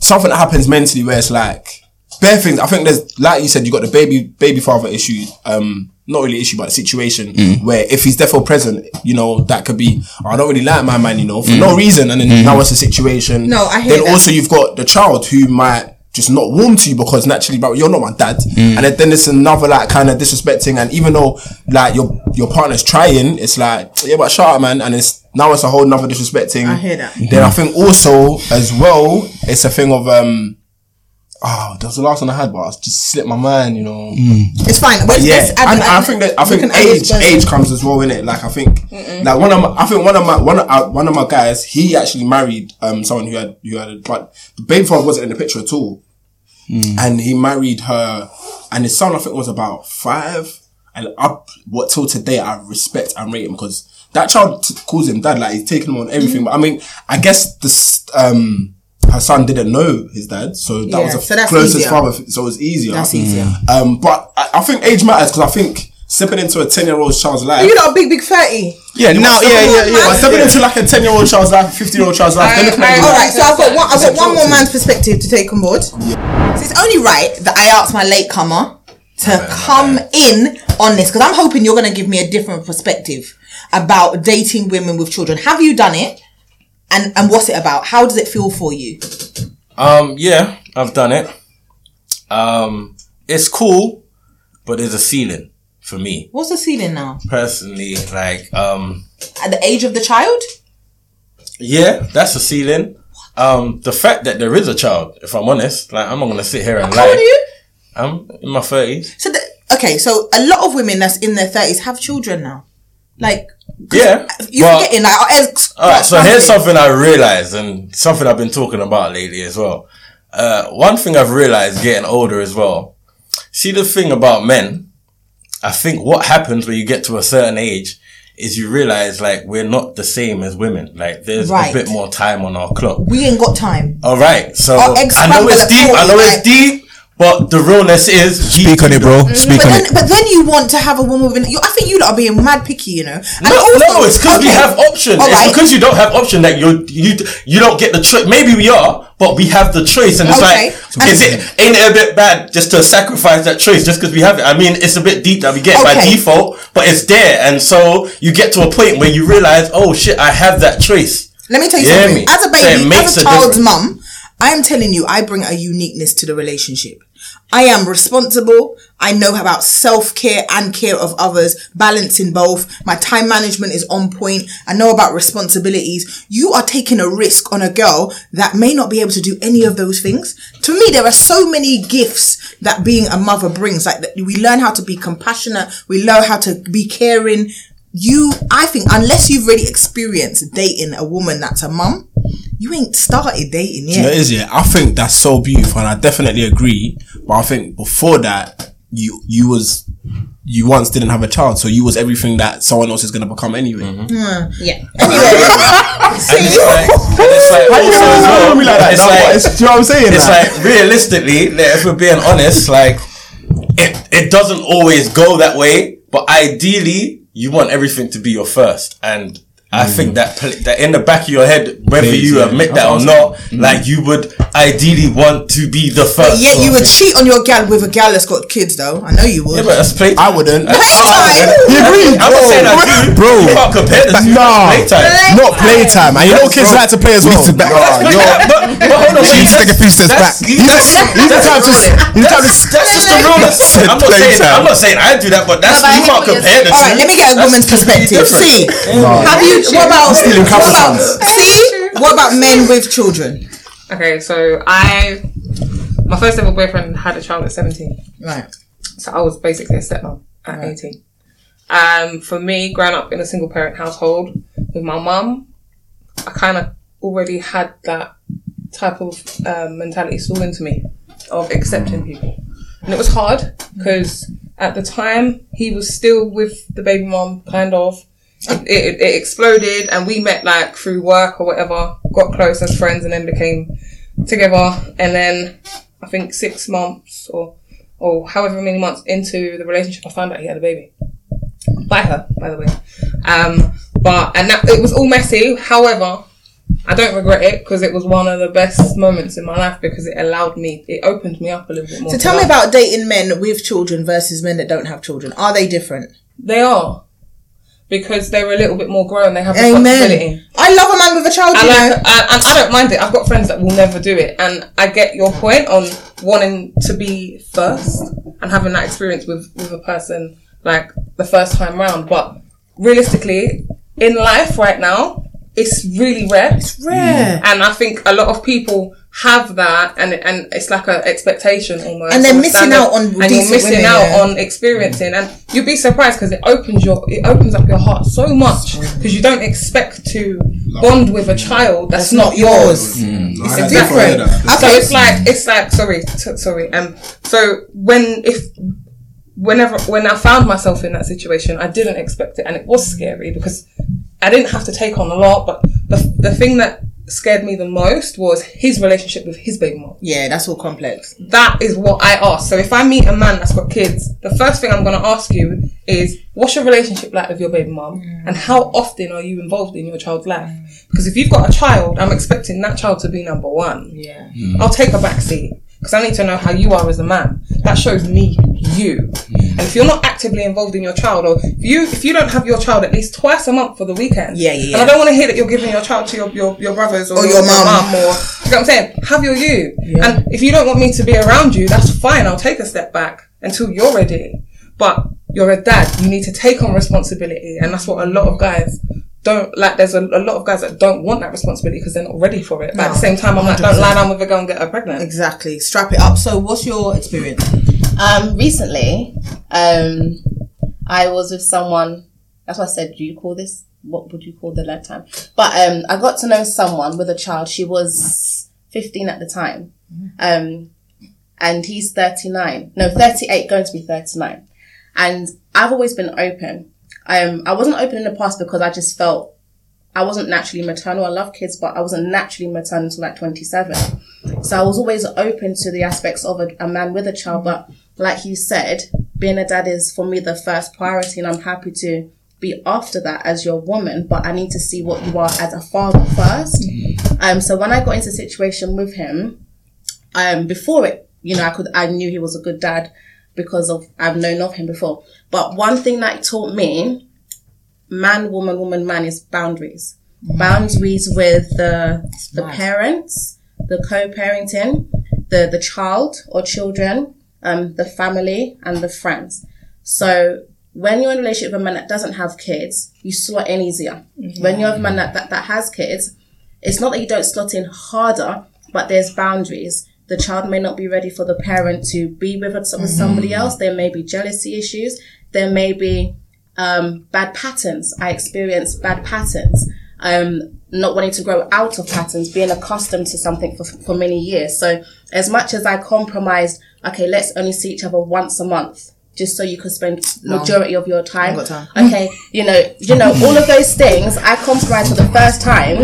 S2: something that happens mentally where it's like bare things. I think there's like you said, you got the baby baby father issue. Um, not really issue, but situation where if he's definitely present, you know that could be. "Oh, I don't really like my man, you know, for no reason, and then now it's a situation.
S1: No, I hear
S2: Then
S1: that.
S2: also you've got the child who might. Just not warm to you because naturally, but you're not my dad, and then, then it's another like kind of disrespecting, and even though like your your partner's trying, it's like yeah, but shut up, man, and it's now it's a whole nother disrespecting.
S1: I hear that.
S2: Then I think also as well, it's a thing of um. Oh, that was the last one I had, but I just slipped my mind, you know.
S1: It's fine. But
S2: Yeah,
S1: yes,
S2: and I, think that I
S1: you
S2: think
S1: can always
S2: age
S1: go-
S2: age comes as well in it. Like I think like one of my I think one of my one of uh, one of my guys he actually married um someone who had who had a, but the baby father wasn't in the picture at all, and he married her, and his son I think was about five, and up what till today I respect and rate him because that child t- calls him dad like he's taking him on everything.
S1: Mm-hmm.
S2: But I mean I guess this um. Her son didn't know his dad, so that
S1: Yeah,
S2: was the
S1: so that's
S2: closest
S1: easier.
S2: father. f- So it was easier.
S1: That's easier.
S2: Um, but I, I think age matters because I think stepping into a ten year old child's life.
S1: You know, big big thirty.
S4: yeah, now, yeah,
S2: stepping-
S4: yeah, yeah.
S2: but stepping into like a ten year old child's life, fifteen year old child's life. they're looking at you
S1: All
S2: like-
S1: right, so I've got one. I've got one more
S2: Johnson.
S1: man's perspective to take on board. So it's only right that I ask my latecomer to come in on this because I'm hoping you're going to give me a different perspective about dating women with children. Have you done it? And and what's it about? How does it feel for you?
S6: Um, yeah, I've done it. Um, it's cool, but there's a ceiling for me
S1: What's the ceiling now?
S6: personally. Like, um,
S1: At the age of the child?
S6: yeah, that's a ceiling. Um, the fact that there is a child, if I'm honest, like I'm not gonna sit here and
S1: How old are
S6: lie.
S1: you?
S6: I'm in my thirties.
S1: So the, okay, so a lot of women that's in their thirties have children now. Like
S6: Yeah,
S1: you're
S6: but-
S1: forgetting, like our ex.
S6: All right, so here's something I realized and something I've been talking about lately as well. Uh, one thing I've realized getting older as well. See the thing about men, I think what happens when you get to a certain age is you realize like we're not the same as women. Like there's
S1: Right.
S6: a bit more time on our clock.
S1: We ain't got time.
S6: All right, so
S1: Our eggs
S6: I know
S1: scramble
S6: it's
S1: at
S6: deep. I know
S1: forty,
S6: it's
S1: like-
S6: deep, but the realness is
S4: Speak on it, bro. Speak
S1: But
S4: on
S1: then,
S4: it.
S1: but then you want to have a woman with. You, I think you lot are being mad picky, you know. And
S6: No,
S1: also-
S6: no, it's because we
S1: okay,
S6: have options.
S1: all
S6: it's
S1: right.
S6: because you don't have option that you you you don't get the choice. Maybe we are, but we have the choice, and it's
S1: Okay.
S6: like, is it ain't it a bit bad just to sacrifice that choice just because we have it? I mean, it's a bit deep that we get by
S1: Okay.
S6: default, but it's there, and so you get to a point where you realize, oh shit, I have that choice.
S1: Let me tell you
S6: Yeah,
S1: something.
S6: me.
S1: As a
S6: So it
S1: baby,
S6: makes
S1: as a
S6: a
S1: child's
S6: difference.
S1: mum, I am telling you, I bring a uniqueness to the relationship. I am responsible. I know about self care and care of others, balancing both. My time management is on point. I know about responsibilities. You are taking a risk on a girl that may not be able to do any of those things. To me, there are so many gifts that being a mother brings. Like that we learn how to be compassionate. We learn how to be caring you I think unless you've really experienced dating a woman that's a mum, you ain't started dating yet.
S2: No, it is yeah. I think that's so beautiful, and I definitely agree. But I think before that, you you was you once didn't have a child, so you was everything that someone else is gonna become anyway.
S10: Yeah.
S6: And it's like, and it's like also as well, it's like-
S2: do you know what I'm saying?
S6: it's like realistically, like, if we're being honest, like it it doesn't always go that way. But ideally, you want everything to be your first, and I think that pl- that in the back of your head, whether
S2: Plays,
S6: you
S2: Mm. yeah.
S6: admit that or not,
S2: Mm.
S6: like you would ideally want to be the first.
S1: Yeah, you would cheat on your gal with a gal that's got kids though. I know you would.
S6: Yeah, but that's play.
S2: I wouldn't.
S1: Playtime.
S2: agree,
S6: I'm not saying that, too.
S2: bro.
S6: You can't compare the two.
S2: Nah.
S6: That's playtime.
S2: Not playtime, and you know kids like to play as well.
S4: to back-
S2: Nah,
S6: But-
S2: you're-
S6: but- but hold on, wait,
S4: Please take a few steps back.
S6: that's- that's-
S2: You
S6: that's-
S2: time to. You time to.
S6: That's just the realness of it. I'm not saying that. I'm not saying I do that, but
S10: No,
S6: that's
S10: but I
S6: you
S10: hear
S6: can't
S10: what you're
S6: compare the
S10: saying.
S1: All right, let me get a
S6: That's
S1: woman's
S6: completely
S1: perspective. See,
S6: different.
S1: have you? What about?
S2: stealing
S1: What
S2: couple
S1: about?
S2: sons.
S1: See, what about men with children?
S5: Okay, so I, my first ever boyfriend had a child at 17.
S1: Right.
S5: So I was basically a stepmom at 18. Um, for me, growing up in a single parent household with my mum, I kind of already had that type of um, mentality stole into me of accepting people. And it was hard because at the time he was still with the baby mom, kind of. It, it, it exploded and we met like through work or whatever, got close as friends and then became together. And then I think six months or, or however many months into the relationship, I found out he had a baby by her, by the way. Um, but and that it was all messy. However, I don't regret it because it was one of the best moments in my life because it allowed me, it opened me up a little bit more.
S1: So
S5: to
S1: tell me
S5: love.
S1: about dating men with children versus men that don't have children. Are they different?
S5: they are because they're a little bit more grown. They have responsibility.
S1: Amen. I love a man with a child,
S5: I
S1: you
S5: like,
S1: know.
S5: and, and I don't mind it. I've got friends that will never do it, and I get your point on wanting to be first and having that experience with with a person like the first time round. But realistically, in life right now, it's really rare. It's
S1: rare.
S5: and I think a lot of people have that, and and it's like an expectation almost,
S1: And they're
S5: or a
S1: missing
S5: standard,
S1: out on
S5: and you're
S1: decent
S5: missing
S1: women,
S5: out
S1: yeah.
S5: on experiencing, and you'd be surprised because it opens your it opens up your heart so much because you don't expect to bond with a child that's, not yours.
S2: It's
S5: different. So it's like it's like sorry t- sorry um so when if whenever when I found myself in that situation I didn't expect it and it was scary because I didn't have to take on a lot but the, the thing that scared me the most was his relationship with his baby mom
S1: Yeah, that's all complex.
S5: that is what I ask so if I meet a man that's got kids the first thing I'm going to ask you is what's your relationship like with your baby mom and how often are you involved in your child's life because if you've got a child I'm expecting that child to be number one
S1: Yeah.
S5: I'll take a back seat because I need to know how you are as a man. That shows me you.
S1: Mm.
S5: And if you're not actively involved in your child, or if you if you don't have your child at least twice a month for the weekend,
S1: Yeah, yeah, yeah.
S5: And I don't want to hear that you're giving your child to your your, your brothers or,
S1: Or your
S5: your,
S1: mum.
S5: mum or you know what I'm saying. Have your you. And if you don't want me to be around you, that's fine. I'll take a step back until you're ready. But you're a dad. You need to take on responsibility, and that's what a lot of guys. Don't like. There's a, a lot of guys that don't want that responsibility because they're not ready for it. But at the same time, I'm like, don't lie down with a girl and get her pregnant.
S1: Exactly. Strap it up. So what's your experience?
S9: Um, recently, um, I was with someone. That's why I said, do you call this? What would you call the lag time? But um, I got to know someone with a child. She was 15 at the time. Um, and he's 39. No, 38, going to be 39. And I've always been open. Um, I wasn't open in the past because I just felt I wasn't naturally maternal. I love kids, but I wasn't naturally maternal until like 27. So I was always open to the aspects of a, a man with a child, but like you said, being a dad is for me the first priority, and I'm happy to be after that as your woman. But I need to see what you are as a father 1st Um, so when I got into a situation with him, um, before it, you know, I could I knew he was a good dad because of I've known of him before. But one thing that it taught me man, woman, woman, man is boundaries. Boundaries with the the parents, the co-parenting, the the child or children, um, the family, and the friends. So when you're in a relationship with a man that doesn't have kids, you slot in easier. When you're with a man that, that, that has kids, it's not that you don't slot in harder, but there's boundaries. The child may not be ready for the parent to be with, with somebody else. There may be jealousy issues. There may be um, bad patterns. I experienced bad patterns. Um, not wanting to grow out of patterns, being accustomed to something for, for many years. So as much as I compromised, okay, let's only see each other once a month, just so you could spend majority of your time.
S1: got time.
S9: Okay, you know, you know, all of those things I compromised for the first time,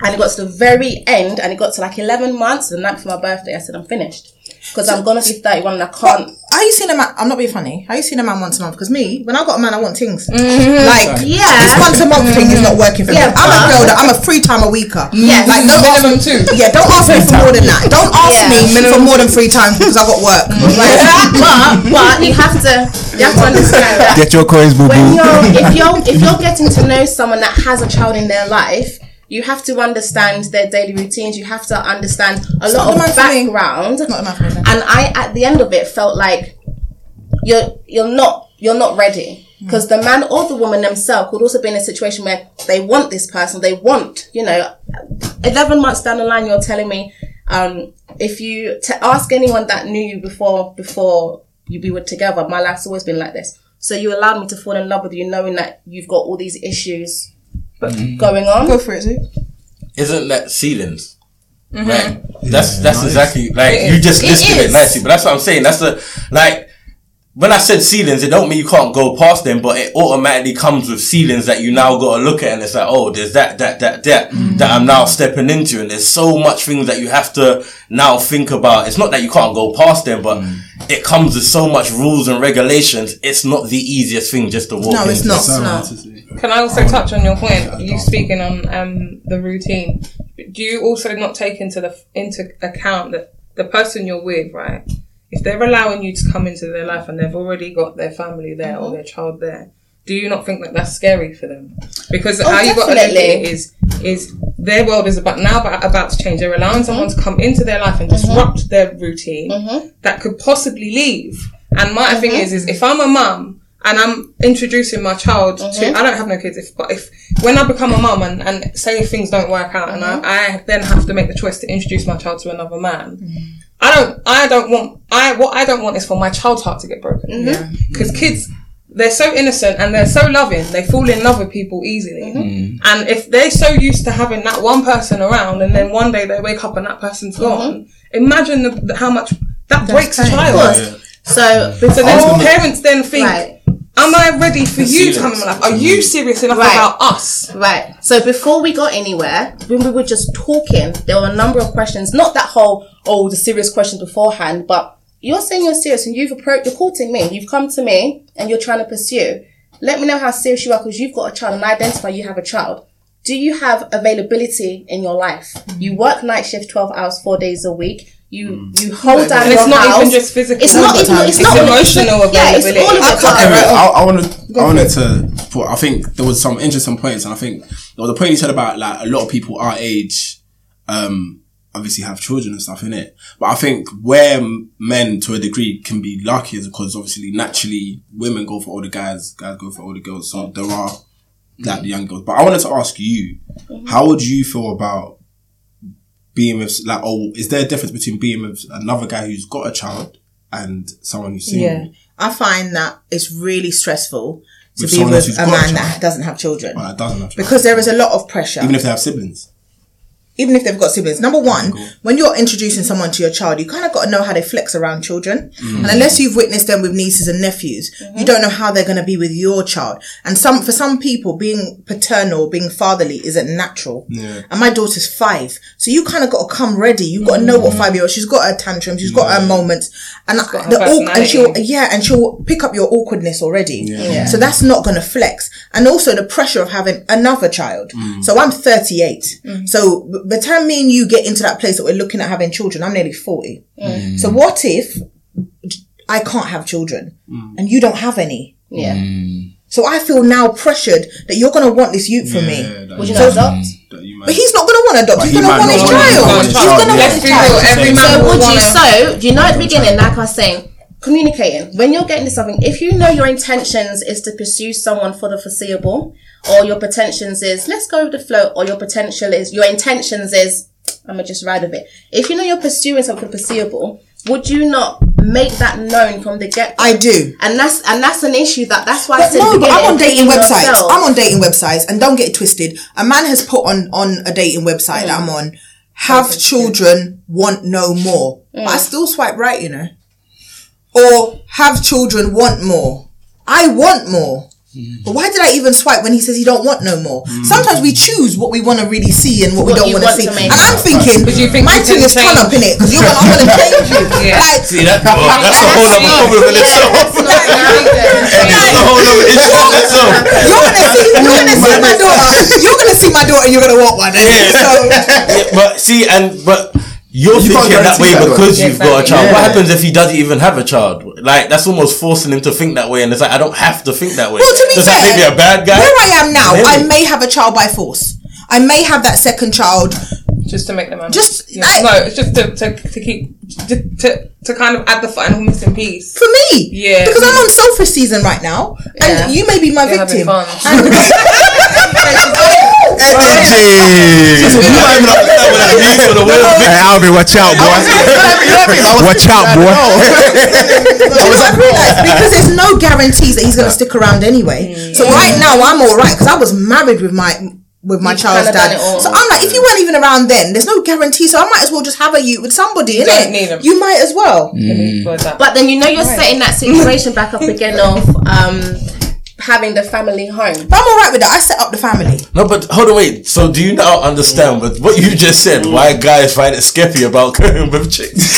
S9: and it got to the very end, and it got to like eleven months, and the night before my birthday, I said I'm finished because I'm gonna be thirty one and I can't.
S1: How you seen a man? I'm not being funny. How you seen a man once a month? Because me, when I got a man, I want
S9: <laughs>
S1: things. Like
S9: Yeah.
S1: this once a month thing is not working for
S9: Mm-hmm. Yeah,
S1: me. I'm a
S9: but-
S1: girl that I'm a three time a weeker.
S9: Yes.
S1: Like don't ask me Yeah, don't ask me for more than that. Don't ask
S9: <laughs> Yeah.
S1: me for more than three times because I got
S9: <laughs>
S1: work. Like,
S9: but but you have to you have to understand that
S4: Get your coins, boo
S9: when
S4: boo.
S9: you're if you're if you're getting to know someone that has a child in their life you have to understand their daily routines you have to understand a lot
S1: not the man
S9: of
S1: for me.
S9: background
S1: Not the man for me.
S9: and i at the end of it felt like you're you're not you're not ready because the man or the woman themselves could also be in a situation where they want this person they want you know 11 months down the line you're telling me um if you to ask anyone that knew you before before you we were together my life's always been like this so you allowed me to fall in love with you knowing that you've got all these issues going on
S1: for it, Zoo.
S11: Isn't that ceilings? Like that's that's exactly like you just
S9: Mm-hmm. It
S11: listed it
S9: is.
S11: nicely. But that's what I'm saying. That's the like when I said ceilings, it don't mean you can't go past them, but it automatically comes with ceilings that you now gotta look at and it's like, oh, there's that, that, that, that that I'm now stepping into and there's so much things that you have to now think about. It's not that you can't go past them, but it comes with so much rules and regulations. It's not the easiest thing just to walk
S1: No, it's
S11: into.
S1: not. No.
S5: Can I also touch on your point? You speaking on um, the routine. Do you also not take into the into account that the person you're with, right? If they're allowing you to come into their life and they've already got their family there or their child there, do you not think that that's scary for them? Because how you got to look at it
S9: definitely.
S5: is is their world is about now about, about to change. They're allowing someone to come into their life and disrupt their routine that could possibly leave. And my thing is, is if I'm a mum and I'm introducing my child to, I don't have no kids, if, but if when I become a mum and, and say if things don't work out and I, I then have to make the choice to introduce my child to another man. I don't, I don't want, I, what I don't want is for my child's heart to get broken.
S9: Mm-hmm.
S5: Because kids, they're so innocent and they're so loving. They fall in love with people easily.
S9: Mm-hmm.
S11: Mm.
S5: And if they're so used to having that one person around and then one day they wake up and that person's
S9: Mm-hmm.
S5: gone, imagine the, the- how much that breaks a child.
S9: So,
S5: So then parents then think,
S9: Right.
S5: am I ready for you to come in my life? Are you
S11: Mm-hmm.
S5: serious enough
S9: Right.
S5: about us?
S9: Right. So before we got anywhere, when we were just talking, there were a number of questions. Not that whole oh the serious questions beforehand, but you're saying you're serious and you've approached, you're courting me. You've come to me and you're trying to pursue. Let me know how serious you are because you've got a child and I identify you have a child. Do you have availability in your life?
S5: Mm.
S9: You work night shift twelve hours, four days a week. You you hold down
S5: And
S9: your
S5: Mm. it's not
S9: house.
S5: even just physical.
S9: It's not even it's,
S5: It's
S9: not
S5: emotional
S9: Yeah, it's
S5: availability.
S9: all of it.
S2: Anyway, I, I wanted, I wanted to, put, I think there was some interesting points, and I think there was a point you said about like a lot of people our age, um, obviously have children and stuff in it. But I think where m- men to a degree can be lucky is because obviously naturally women go for older guys, guys go for older girls. So there are
S1: Mm-hmm.
S2: like the young girls. But I wanted to ask you, how would you feel about being with like? Oh, is there a difference between being with another guy who's got a child and someone who's single?
S1: Yeah. I find that it's really stressful to
S2: With
S1: be
S2: someone else
S1: with
S2: who's
S1: a
S2: got a
S1: man
S2: child.
S1: that doesn't have children.
S2: But that doesn't have children?
S1: Because there is a lot of pressure.
S2: even if they have siblings.
S1: even if they've got siblings. Number one, when you're introducing someone to your child, you kind of got to know how they flex around children. And unless you've witnessed them with nieces and nephews, you don't know how they're going to be with your child. And some, for some people, being paternal, being fatherly isn't natural. And my daughter's five. So you kind of got to come ready. You've got to know what five year old, she's got her tantrums, she's got her moments. And,
S5: her
S1: the awk- and
S5: personality.
S1: she'll, yeah, and she'll pick up your awkwardness already. So that's not going to flex. And also the pressure of having another child.
S2: Mm.
S1: So I'm 38. So b- by the time me and you get into that place that we're looking at having children, I'm nearly 40.
S2: Mm.
S1: So what if I can't have children
S2: Mm.
S1: and you don't have any?
S9: Yeah.
S5: Mm.
S1: So I feel now pressured that you're going to want this youth for me.
S2: that
S9: Would
S2: you
S9: you not adopt?
S5: Mm.
S2: that you might-
S1: But he's not going to want to adopt. He's
S2: he
S1: going to
S2: might
S1: want
S2: not
S1: his
S2: want his
S1: child.
S2: own
S1: He's
S2: child.
S1: going to want
S5: Let's
S1: his
S5: be real,
S1: child.
S5: every man
S9: So
S5: will
S9: would you?
S5: wanna-
S9: So do you know at the beginning, like I was saying, communicating. When you're getting to something, if you know your intentions is to pursue someone for the foreseeable, or your pretensions is let's go with the flow, or your potential is your intentions is I'm gonna just ride with it. If you know you're pursuing something foreseeable, would you not make that known from the get?
S1: I do.
S9: And that's and that's an issue that that's why I
S1: But
S9: said. at
S1: no,
S9: the
S1: but I'm on dating
S9: beginning,
S1: websites.
S9: yourself.
S1: I'm on dating websites, and don't get it twisted. A man has put on on a dating website that
S9: Mm.
S1: I'm on. Have children, want no more. But I
S9: Mm.
S1: still swipe right, you know. Or have children, want more. I want more.
S11: Mm.
S1: But why did I even swipe when he says he don't want no more? Sometimes we choose what we want to really see and what, we
S9: What
S1: don't
S9: you
S1: want to
S9: want
S1: see.
S9: to make
S1: and I'm
S9: out.
S1: thinking,
S5: But you think
S1: my
S5: you can
S1: thing is
S5: change-
S1: fun up in it because you're gonna, I'm
S11: <laughs>
S1: going to change you.
S5: Yeah.
S1: Like,
S11: See that? Oh, that's a whole other problem in itself. That's a whole other issue in itself.
S1: you're gonna see, you're gonna see my daughter. You're gonna see my daughter. and You're gonna want one.
S11: <laughs>
S1: So
S11: Yeah, but see, and but you're
S2: You can't
S11: thinking that
S2: guarantee
S11: way
S2: that,
S11: because you've got a
S5: Exactly.
S11: child. What happens if he doesn't even have a child? Like that's almost forcing him to think that way, and it's like I don't have to think that way.
S1: Well, to be
S11: Does that
S1: fair,
S11: make me a bad guy?
S1: where I am now, I
S11: Really?
S1: may have a child by force. I may have that second child.
S5: Just to make them happy.
S1: Just-
S5: yeah.
S1: I-
S5: no, it's just to, to, to keep to, to to kind of add the final missing piece.
S1: For me,
S5: Yeah.
S1: because I'm on selfish season right now, and you may be my
S5: You're having
S1: victim. <laughs>
S5: fun.
S4: Jeez.
S11: You might even understand what that means for the world.
S4: Hey, Alvin, watch out, boy. Watch out, boy.
S1: You know, I
S5: <laughs>
S1: realised because there's
S5: Mm.
S1: no guarantees that he's going to stick around anyway. So right now I'm all right because I was married with my with my
S9: You've
S1: child's
S9: kinda done
S1: dad.
S9: it all.
S1: So I'm like, if you weren't even around then, there's no guarantee. So I might as well just have a you with somebody,
S5: don't
S1: innit?
S5: need 'em.
S1: You might as well.
S9: But then you know you're setting that situation back up again of um having the family home.
S1: But I'm alright with that. I set up the family.
S11: No, but hold on, wait. So do you now understand with what you just said? Why guys find it skeppy about <laughs> going with chicks?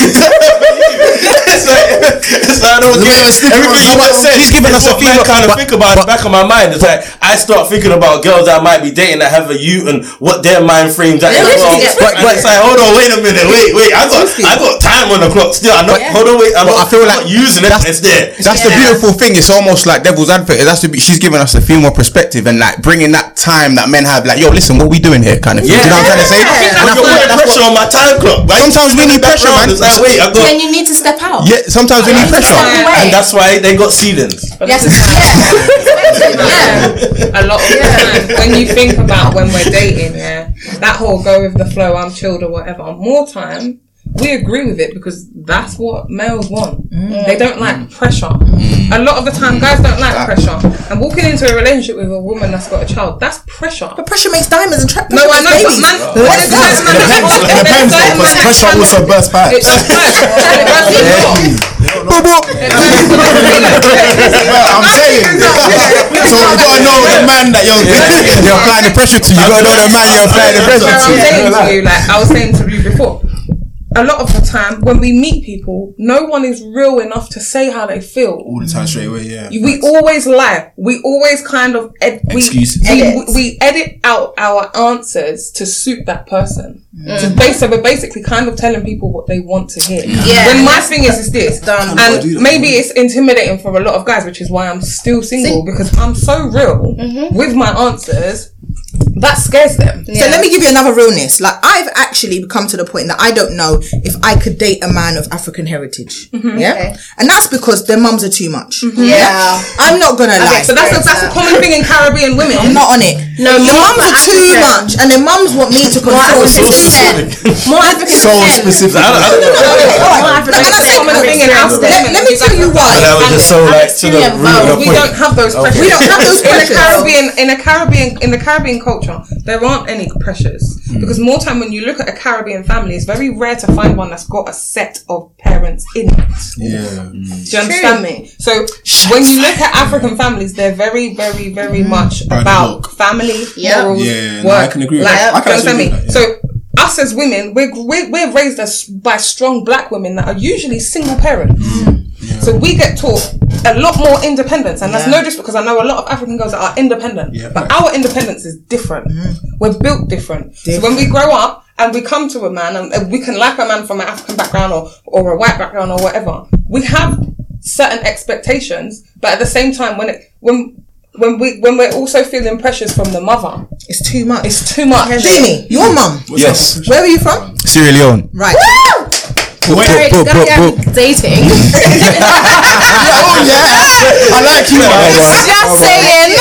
S11: it's like, it's like I don't get
S4: stick
S11: everything
S4: on
S11: you
S4: someone,
S11: just said.
S4: he's giving
S11: it's
S4: us a
S11: what
S4: female-
S11: men kind of
S4: but-
S11: think about in the back of my mind. It's like I start thinking about girls that I might be dating that have a you and what their mind frames that.
S9: Yeah,
S11: as well.
S9: yeah.
S11: And it's like hold on, wait a minute, wait, wait. I got I got time on the clock still. I know. Hold on, wait. I'm
S4: But
S11: not,
S4: I feel
S11: I'm
S4: like
S11: not using it. It's there.
S4: That's the beautiful thing. It's almost like devil's advocate. That's the, she's giving us a female perspective and like bringing that time that men have. Like, yo, listen, what we doing here? Kind of thing. Do you know what I'm trying to say? And I
S11: You're
S4: feel like
S11: putting
S4: that's
S11: pressure
S4: what,
S11: on my time clock. right?
S4: Sometimes we need pressure, man.
S11: It's like, wait, I got.
S9: Then you need to step out.
S4: yeah, sometimes we need
S9: Put
S4: pressure.
S9: it out the way.
S11: And that's why they got ceilings.
S9: yes,
S5: <laughs>
S9: it's yeah. yeah.
S5: a lot of the time when you think about when we're dating, yeah, that whole go with the flow, I'm chilled or whatever. More time, we agree with it because that's what males want.
S9: Mm.
S5: They don't like pressure. A lot of the time, guys don't like pressure. And walking into a relationship with a woman that's got a child, that's pressure.
S1: But pressure makes diamonds and trap.
S5: No, I know,
S1: babies.
S5: but man,
S1: What
S5: what
S1: it does.
S5: man,
S2: Depends,
S5: man,
S2: it depends
S5: man,
S2: though, because
S5: man,
S2: pressure
S5: man,
S2: also bursts pipes.
S4: <laughs>
S5: It's just facts. It <laughs> does, you know.
S2: I'm saying. so you gotta know <laughs> the man that you're <laughs> you're applying the pressure to. You gotta know the man you're applying the pressure
S5: That's
S2: to.
S5: what I'm saying to you, like I was saying to you before. A lot of the time, when we meet people, no one is real enough to say how they feel.
S2: All the time straight away, yeah.
S5: We always lie. We always kind of ed- we,
S2: Excuses.
S5: We, we edit out our answers to suit that person.
S9: Mm.
S5: So bas- so we're basically kind of telling people what they want to hear.
S9: Yeah.
S5: When my thing is, is this,
S9: Dumb.
S5: and maybe it's intimidating for a lot of guys, which is why I'm still single because I'm so real
S9: Mm-hmm.
S5: with my answers. That scares them.
S1: So let me give you another realness. Like I've actually come to the point that I don't know if I could date a man of African heritage.
S5: Mm-hmm.
S1: Yeah,
S9: Okay.
S1: and that's because their mums are too much.
S9: Yeah.
S1: I'm not gonna lie.
S5: So that's a, that's a common thing in Caribbean women.
S1: I'm not on it.
S9: No,
S1: your
S9: more
S1: mums
S9: for
S1: are too
S9: African.
S1: much, and their mums want me to
S9: More
S1: control.
S9: African extent. More African
S2: So
S9: extent.
S2: specific.
S9: More
S1: Alright. No,
S9: African
S1: but that's
S9: extent.
S1: it. Let, let me tell you
S11: That
S1: why.
S11: was just so like to the root of the
S5: we
S11: point.
S5: don't have those pressures.
S1: We don't have those pressures.
S5: In the Caribbean, in a Caribbean, in the Caribbean culture, there aren't any pressures
S2: Hmm.
S5: because more time when you look at a Caribbean family, it's very rare to find one that's got a set of parents in it.
S2: Yeah.
S5: Do you understand me? So when you look at African families, they're very, very, very
S1: Hmm.
S5: much
S2: By the
S5: about
S2: book.
S5: family,
S9: Yeah.
S5: morals,
S2: Yeah, no,
S5: work.
S2: I can agree with
S5: like,
S2: that. I can
S5: do you
S2: actually
S5: understand me?
S2: agree
S5: So. Us as women, we're, we're, we're raised as by strong black women that are usually single parents.
S2: Mm.
S5: So we get taught a lot more independence, and that's no just because I know a lot of African girls that are independent,
S2: Yeah,
S5: but
S2: facts.
S5: our independence is different. We're built different. So when we grow up and we come to a man, and and we can like a man from an African background or or a white background or whatever, we have certain expectations, but at the same time, when it when when we when we're also feeling pressures from the mother,
S1: It's too much.
S5: it's too much.
S1: Jamie, your mum.
S4: Yes,
S1: Where are you from?
S4: Sierra Leone.
S1: Right.
S9: Sorry,
S4: Book,
S9: it's gonna
S4: book,
S9: be
S4: book, book.
S9: like dating.
S2: Oh yeah. I like you.
S9: Just saying.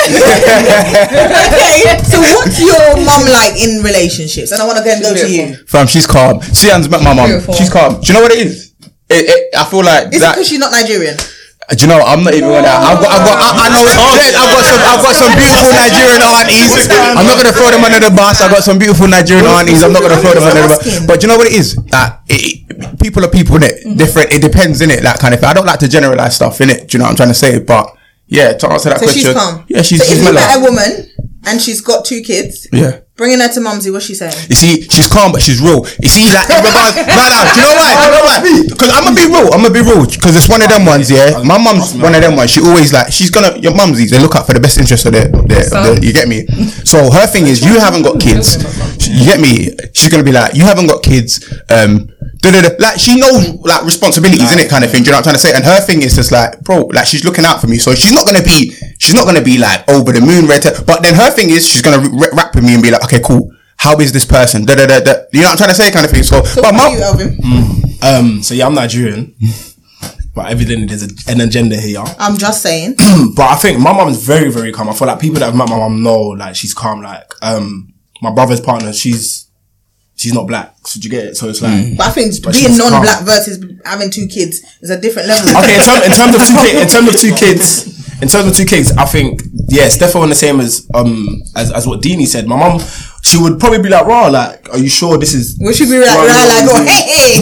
S1: okay.
S9: <laughs>
S1: So what's your mum like in relationships? And I want to go and go to you.
S4: Fam, she's calm. Sian's met my mum.
S5: Beautiful.
S4: She's calm. Do you know what it is? It, it, I feel like
S1: Is it
S4: that.
S1: because she's not Nigerian?
S4: Do you know? I'm not even gonna. I've got. I've got. I, I know. Yes, I've got some. I've got some beautiful Nigerian aunties. I'm not gonna throw them under the bus. I've got some beautiful Nigerian aunties. I'm not gonna throw them under the bus. But do you know what it is? That it, it- people are people in it.
S1: Mm-hmm.
S4: Different. It depends in it. That kind of thing. I don't like to generalize stuff in it. Do you know what I'm trying to say? But yeah, to answer that
S1: So
S4: question.
S1: she's calm.
S4: Yeah, she's.
S1: So if
S4: she's
S1: you
S4: mellow.
S1: met a woman and she's got two kids,
S4: Yeah.
S1: bringing her to mumsy, what's she saying?
S4: You see, she's calm, but she's real. You see, like, in regards, <laughs> no, no, do you know why? Do you know why? Because I'm gonna be real. I'm gonna be real. Because it's one of them ones, yeah. My mum's one of them ones. She always like, she's gonna your mumsies. They look out for the best interest of their, of their, of their you get me. So her thing is, you haven't got kids. You get me? She's gonna be like, you haven't got kids. Um, da, da, da. like she knows like responsibilities in it kind of thing. Do you know what I'm trying to say? And her thing is just like, bro, like she's looking out for me. So she's not gonna be, she's not gonna be like over the moon red. te- But then her thing is, she's gonna re- rap with me and be like, okay, cool. How is this person? Da, da, da, da. You know what I'm trying to say, kind of thing. So, but
S1: What
S4: my,
S1: about you, Elvin?
S2: Um. So yeah, I'm Nigerian. <laughs> But evidently, there's a, an agenda here.
S1: I'm just saying.
S2: but I think my mum's very, very calm. I feel like people that have met my mum know like she's calm. Like um, my brother's partner, she's she's not black. So do you get it? So it's like
S11: Mm.
S1: But I think
S2: she's
S1: being
S2: calm.
S1: non-black versus having two kids is a different level.
S2: okay. In, term, in terms of two kids, in terms of two kids, in terms of two kids, I think yeah, it's definitely on the same as um as, as what Deanie said. My mum, she would probably be like, "Raw, like, are you sure this is?"
S1: We should be like,
S2: Well,
S1: right, like,
S2: no,
S1: oh,
S2: no.
S1: hey, hey,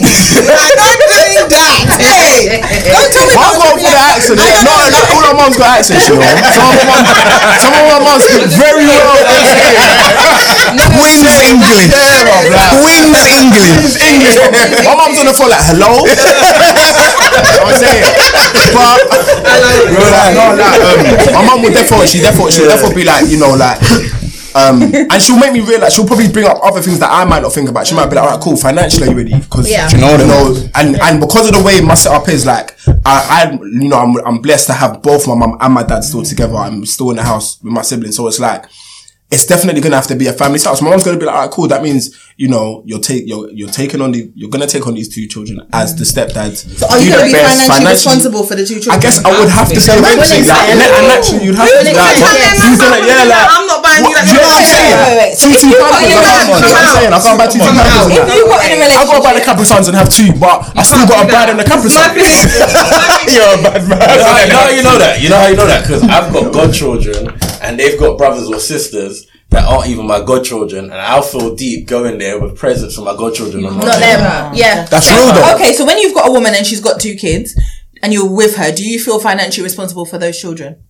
S1: I don't think that. Hey, don't tell me
S2: <laughs>
S1: that. <laughs>
S2: My mum got an accent. yeah. No, no, all our mums got accents, you know. Some of my mums, some of my mums speak very well
S4: Queen's England.
S2: Yeah, bruv, like-
S4: Queen's England.
S2: It's English. bruv. <laughs> My mum's on the phone like, <laughs> "Hello." you know what I'm saying, but bro, like, no, like, um, my mum would definitely, she definitely, she would definitely be like, you know, like. Um, and she'll make me realize she'll probably bring up other things that I might not think about. She might be like, "All right, cool, financially, ready?" Because
S9: Yeah.
S2: you know, you know, and and because of the way my setup is, like, I, I you know, I'm, I'm blessed to have both my mum and my dad still together. I'm still in the house with my siblings, so it's like, it's definitely gonna have to be a family house. My mom's gonna be like, all right, cool. That means you know you're take you're you're taking on the you're gonna take on these two children as the stepdad. So
S1: Are you going to be financially, responsible for the two children?
S2: I guess I would have to say
S9: When
S2: eventually,
S9: it's
S2: like,
S9: like-
S2: and then- and naturally you'd have to be
S9: When
S2: like,
S9: it's like-
S2: what? Who's gonna, yeah, like,
S5: I'm not buying
S2: what,
S5: you that
S2: do you know what
S5: relationship.
S2: I'm saying?
S9: Wait, wait, wait.
S2: Two,
S9: If
S2: two
S9: you got
S2: families,
S9: in a
S2: that's what I'm
S9: relationship-
S2: saying. I can't buy two
S5: Come on,
S2: families and
S5: if
S2: that.
S5: you got in a
S2: I gotta buy the
S5: relationship,
S2: Capri Suns and have two, but I still gotta buy them the
S5: My
S2: Capri Suns.
S5: thing
S2: <laughs>
S5: is-
S4: You're a bad man.
S11: You know, you know how you know that. You know how you know that because I've got godchildren and they've got brothers or sisters that aren't even my godchildren, and I'll feel deep going there with presents for my godchildren. on
S9: Not
S11: Monday.
S9: them. Yeah.
S2: That's real though.
S1: Okay, so when you've got a woman and she's got two kids and you're with her, do you feel financially responsible for those children?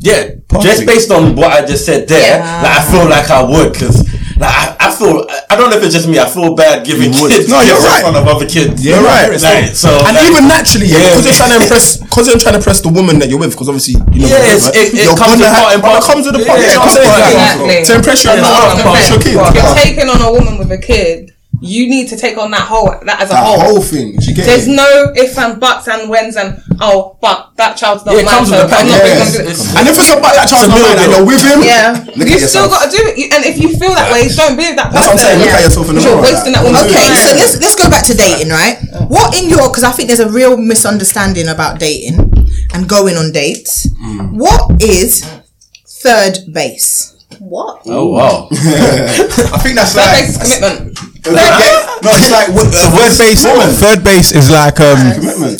S11: Yeah, just based on what I just said there, like I feel like I would because. Like, I, I feel I- I don't know if it's just me. I feel bad giving kids
S4: No, you're
S11: gifts
S4: right.
S11: in front of other kids.
S2: You're right.
S11: Like, so
S2: and
S11: like,
S2: even naturally, yeah,
S11: Yeah.
S2: because you're trying to impress, because you're trying to impress the woman that you're with, because obviously, you know,
S11: Yes,
S2: whatever,
S11: it- it
S2: you're
S11: comes
S2: gonna
S11: with
S2: have-
S11: part and
S2: but it
S11: parcel.
S2: comes with the
S11: Yeah,
S2: part.
S11: it
S2: you know what I'm
S11: comes with
S2: saying?
S11: part
S2: Like,
S11: and
S5: parcel.
S2: To impress your,
S5: That's
S2: your,
S5: what I'm
S2: your, your
S5: saying.
S2: kid.
S5: You're taking on a woman with a kid. You need to take on that whole that as a
S2: That
S5: whole.
S2: whole thing. She gets
S5: There's no ifs and buts and whens and oh, but that child's not
S11: Yeah, it
S5: mine,
S11: comes
S5: so
S11: with the
S5: I'm not really
S11: package.
S5: gonna do
S11: Yes.
S5: this.
S2: And if it's about that child's not
S11: It's a meal
S2: mine and
S11: deal.
S2: you're with him,
S9: Yeah.
S2: look
S5: You
S2: at
S5: still
S2: yourself.
S5: got to do it. You- And if you feel that way, don't be with that
S2: That's what I'm saying. Look at yourself in the
S5: You're
S2: mirror.
S5: wasting that woman's
S2: woman.
S5: Yeah.
S1: Okay,
S5: time.
S1: so let's let's go back to dating, right? What in your because I think there's a real misunderstanding about dating and going on dates. What is third base?
S9: What?
S2: <laughs>
S11: oh wow,
S4: I think that's
S5: That
S4: like.
S5: takes commitment.
S4: No, it's like what- uh, third base.
S2: Woman.
S4: Third base is like um.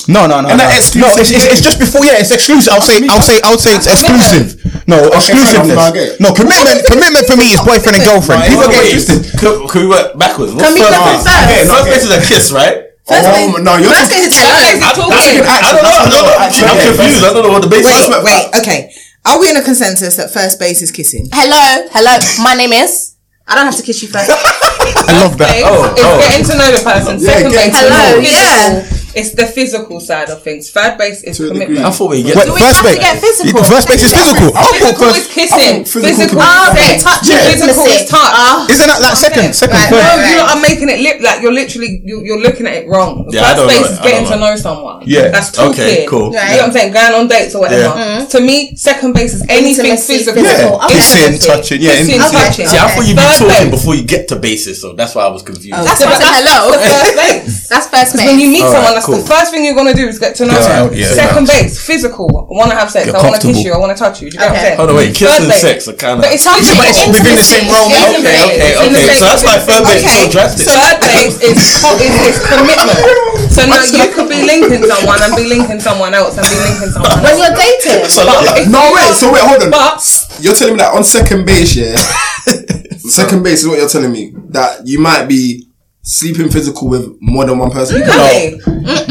S4: No, no, no.
S2: And
S4: no.
S2: that
S4: No,
S2: exclusive
S4: it's, it's, it's just before. Yeah, it's exclusive. I'll say. I'll say. I'll say it's exclusive. No, exclusiveness.
S2: fair enough, I get it.
S4: No commitment. commitment for me is boyfriend and girlfriend. People get
S11: Wait,
S4: interested.
S11: Could, could we work backwards? What's
S1: we
S11: first
S1: go
S11: base?
S1: first?
S11: Okay, first base is a kiss, right?
S2: Oh, no, you're
S1: First
S2: just.
S1: base is hello.
S11: I,
S5: talking.
S11: I, I don't know. I don't know.
S2: Actually,
S11: I'm
S2: yeah,
S11: confused. I don't know what the base is.
S1: Wait, wait, okay. Are we in a consensus that first base is kissing?
S9: Hello, hello. My name is. I don't have to kiss you first.
S4: I love that.
S11: Oh,
S5: It's
S11: oh.
S5: getting to know the person. Second
S2: getting
S5: base,
S2: to
S5: is
S9: know.
S5: physical.
S9: Yeah.
S5: It's the physical side of things. Third base is
S11: I
S5: commitment.
S11: thought we get.
S4: Wait,
S9: Do we
S4: first
S9: have
S4: base.
S9: to get physical?
S4: First base is physical. I thought
S5: Physical is
S4: first.
S5: kissing.
S2: physical
S5: Physical
S2: commitment.
S9: Oh, okay.
S5: is touch.
S7: Ah,
S9: Touch yeah.
S5: Physical is touch.
S4: Isn't that like second? Second.
S9: Right,
S4: Third.
S5: No,
S9: Right.
S5: you lot are making it lip like you're literally you, you're looking at it wrong. The
S11: Yeah, I
S5: first
S11: don't
S5: base
S11: know
S5: is
S11: it. I
S5: getting
S11: don't
S5: to
S11: know.
S5: know someone.
S4: Yeah.
S5: that's talking.
S11: Okay,
S5: You
S11: cool.
S5: know what I'm saying? Going on dates or whatever. To me, second base is anything
S9: Intimacy,
S5: physical.
S9: physical. Yeah. Okay.
S4: Kissing, touching. Yeah.
S5: Kissing,
S4: in-
S5: touching.
S11: See, I thought you'd be
S5: Third
S11: talking
S5: base.
S11: before you get to basis, so that's why I was confused.
S9: That's
S5: Yeah,
S9: why I
S5: but
S9: said
S5: the
S9: hello.
S5: first
S11: <laughs>
S5: base.
S9: That's first
S5: When
S9: mate.
S5: you meet
S11: All
S5: someone,
S11: right,
S5: that's
S11: cool.
S5: the first thing you're gonna do is get to know them.
S4: yeah,
S5: Second base, physical. I want to have sex.
S11: Get
S5: I want to
S11: comfortable.
S5: kiss you. I want to touch you. Do you get what I'm
S9: Okay.
S5: saying?
S11: Hold on, wait. Kiss
S5: Third
S11: and
S5: base.
S11: sex are kind of.
S5: But it's touching.
S9: But it's
S4: Within the same realm.
S11: Okay,
S5: Intimate.
S11: okay,
S5: It's in the
S11: okay.
S5: same-
S11: So that's why third base is
S1: Okay,
S11: so drastic.
S5: So third base is, co- is, is commitment. So now you could be linking someone and be linking someone else and be linking someone
S9: When
S5: else.
S9: you're dating.
S5: If
S2: No,
S5: you
S2: wait,
S5: are-
S2: so wait, hold on.
S5: But
S2: You're telling me that on second base,
S5: <laughs>
S2: yeah? <laughs> second base is what you're telling me. That you might be sleeping physical with more than one person.
S5: you can be.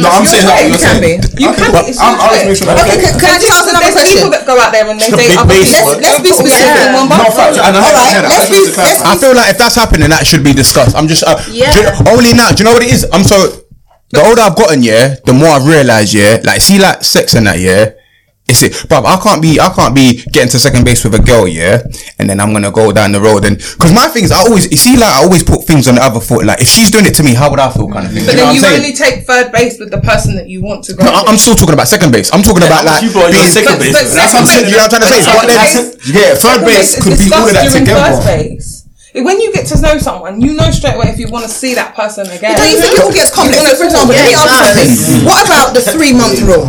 S2: No, I'm saying that.
S5: right, you
S2: you're
S5: can
S2: saying.
S5: be. You
S2: Okay,
S5: can
S2: but
S5: be, it's
S2: I'm,
S5: your
S2: I'll just
S5: choice.
S2: make sure that.
S1: Okay, can, can I just ask another
S5: There's people
S1: question?
S5: that go out there and they "Oh,
S11: a
S5: date
S11: big
S5: other
S11: base,
S5: people.
S11: right?
S1: Let's be specific.
S5: One
S2: No,
S5: bus.
S2: fact, and I
S1: All
S2: have
S1: right,
S2: to
S1: let's be let's
S4: I
S1: be
S4: feel like if that's happening, that should be discussed. I'm just, uh,
S9: Yeah.
S4: do you know- only now. Do you know what it is? I'm so. The older I've gotten, yeah, the more I've realised, yeah, like see, like sex and that, yeah. It's it, bruv. I can't be, I can't be getting to second base with a girl, yeah, and then I'm gonna go down the road and because my thing is, I always you see, like I always put things on the other foot. Like if she's doing it to me, how would I feel, kind of thing.
S5: But
S4: do you know what
S5: then
S4: I'm
S5: you
S4: saying?
S5: only take third base with the person that you want to go.
S4: No,
S5: with.
S4: I- I'm still talking about second base. I'm talking about like
S11: you brought your
S4: being-
S11: second base.
S5: But-
S4: That's what I'm saying. You know what I'm trying to say?
S5: Second
S4: But
S5: base-
S4: then-
S2: Yeah, third
S5: second
S2: base
S5: is
S2: could be all of that
S5: discussed during First
S2: together.
S5: base. When you get to know someone, you know straight away if you want to see that person again.
S1: Don't you think it all gets complex? So, for example, let me ask you something. What about the three month rule?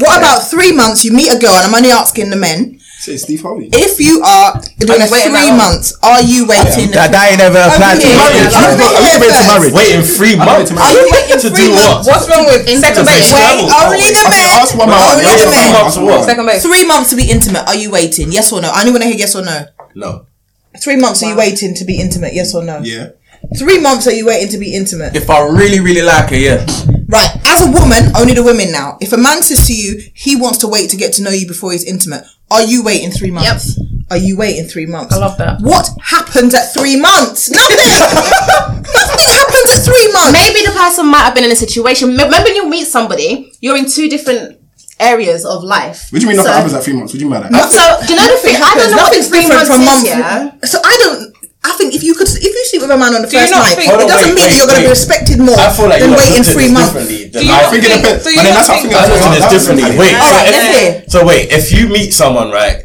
S1: What about three months? You meet a girl, and I'm only asking the men.
S2: Say Steve Harvey.
S1: If you are doing a
S7: waiting that
S1: three
S7: long?
S1: months, are you waiting?
S4: That, that ain't ever applied to
S1: Okay.
S4: marriage.
S1: Marriage.
S4: man.
S1: I'm
S4: Wait
S1: first.
S4: to marriage.
S11: Waiting three months.
S1: Are you waiting
S11: To
S1: three
S11: do
S1: months?
S11: what?
S5: What's wrong with second
S1: Wait,
S5: base? oh,
S1: wait,
S11: Scrabble.
S1: only the bed.
S2: Ask one man.
S1: Only
S11: Ask
S1: the
S11: one
S1: bed.
S11: man. Ask one man.
S5: Second base.
S1: Three months to be intimate. Are you waiting? Yes or no? I only want to hear yes or no.
S11: No.
S1: Three months are you waiting to be intimate? Yes or no?
S2: Yeah.
S1: Three months are you waiting to be intimate?
S11: If I really, really like her, yeah.
S1: Right. As a woman, only the women now. If a man says to you he wants to wait to get to know you before he's intimate, are you waiting three months? Are you waiting three months? I
S7: love that.
S1: What happens at three months?
S9: <laughs>
S1: Nothing. Nothing happens at three months.
S9: Maybe the person might have been in a situation. m- Remember, when you meet somebody, you're in two different areas of life.
S2: What do you mean nothing
S9: So-
S2: happens at three months? What do you mean by that?
S9: So, do you know the thing? I don't know what
S1: Nothing's
S9: three
S1: different
S9: months
S1: from
S9: is,
S1: months.
S9: yeah?
S1: So I don't. I think if you could, if you sleep with a man on the
S5: you
S1: first
S5: not
S1: night,
S5: think- Hold
S1: it
S11: on,
S1: doesn't
S11: wait,
S1: mean that
S11: wait,
S1: you're going to be
S11: wait.
S1: respected more
S11: I feel like
S1: than
S11: you lot
S1: waiting
S11: looked at
S1: three
S11: this
S1: months.
S11: differently than
S5: Do you
S11: I
S5: not
S11: think.
S2: it
S5: think? Do
S2: depends. But
S5: you
S2: then
S5: not
S2: that's how I
S5: think?
S2: think I
S11: I looked at this
S2: That's
S11: differently.
S2: mentality.
S11: Wait.
S1: All right,
S11: so
S1: let's
S11: if-
S1: hear.
S11: So wait, if you meet someone right,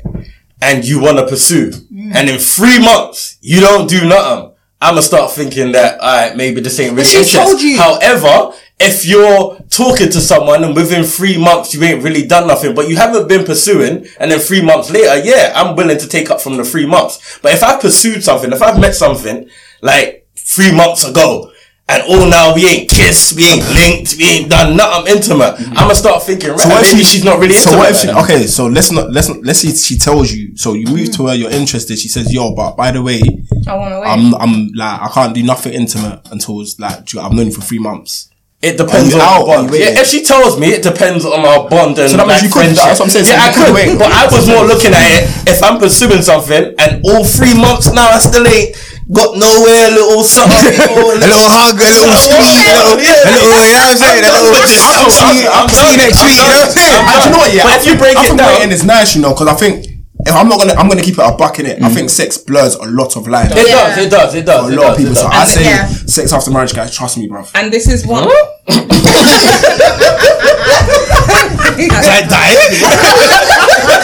S11: and you want to pursue,
S2: Mm.
S11: and in three months you don't do nothing, I'ma start thinking that all right, maybe this ain't really
S1: she
S11: interest.
S1: told you.
S11: However, if you're talking to someone and within three months you ain't really done nothing, but you haven't been pursuing, and then three months later, yeah, I'm willing to take up from the three months. But if I pursued something, if I've met something like three months ago, and all now we ain't kissed, we ain't linked, we ain't done nothing intimate, I'ma start thinking, right,
S2: what if
S11: maybe
S2: she-
S11: she's not really
S2: Mm-hmm. So
S11: intimate.
S2: what if
S11: right
S2: she,
S11: now.
S2: okay? So let's not let's not, let's see. She tells you. So you move to her. You're interested. She says, "Yo, but by the way,
S5: Hmm. I want to wait.
S2: I'm I'm like I can't do nothing intimate until it's like I've known you for three months."
S11: It depends
S2: Are
S11: on
S2: you
S11: our
S2: out?
S11: bond.
S2: Are you in?
S11: Yeah, if she tells me, it depends on our bond and
S2: So that means
S11: like,
S2: you could-
S11: friendship.
S2: that's what I'm saying, so
S11: Yeah,
S2: you
S11: I
S2: could
S11: could,
S2: wait.
S11: but I was more looking at it. If I'm pursuing something and all three months now, I still ain't got nowhere.
S2: <laughs>
S11: Little something,
S4: A little hug, a
S11: <laughs>
S4: little squeeze, a little, a little, you know what I'm saying? A little, I'll see you, I'll see you next week, you know what I'm saying?
S2: And do you know what? Yeah,
S11: But
S2: I
S11: if
S2: think-
S11: you break
S2: I
S11: it
S2: think
S11: down-
S2: waiting is nice, you know, because I think if I'm not gonna, I'm gonna keep it a buck in it. I think sex blurs a lot of lines.
S11: Mm. It does, it does, it
S2: A
S11: does. it
S2: lot of
S11: does, it
S2: people. So
S11: does.
S2: I say
S7: yeah.
S2: sex after marriage, guys. Trust me, bruv.
S5: And this is one.
S11: I died.
S2: eh?
S9: <laughs>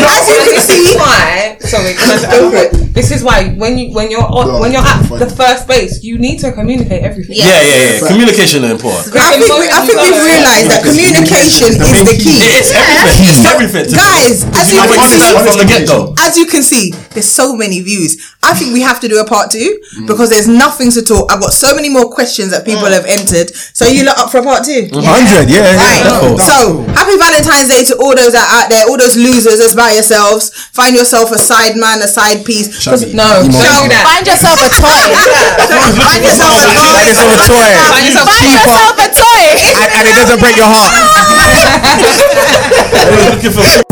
S1: Anyway, as you can
S5: this is
S1: see,
S5: why. Sorry, can I just add one more? this is why when you when you're on, when you're at the first base, you need to communicate everything.
S11: <laughs> Yeah, yeah, yeah. Communication is important.
S1: I think we, I think we've realised that communication is the key.
S11: It's everything. It's everything. to-
S1: Guys, as you
S11: I
S1: can
S11: think
S1: see,
S11: from the get go.
S1: as you can see, there's so many views. I think we have to do a part two because there's nothing to talk. I've got so many more questions that people have entered. So you lot up for a part 2
S4: 100, yeah, yeah,
S1: Right.
S4: definitely.
S1: So happy Valentine's Day to all those that are out there, all those losers that's by yourselves. Find yourself a side man, a side piece. 'Cause-
S2: Chubby.
S5: No, don't do that.
S9: Find yourself a
S1: <laughs>
S9: toy.
S1: Find yourself a
S4: Like it's all toy.
S5: Find yourself
S9: Find yourself a toy.
S4: And, and it doesn't break your heart.
S11: We're looking for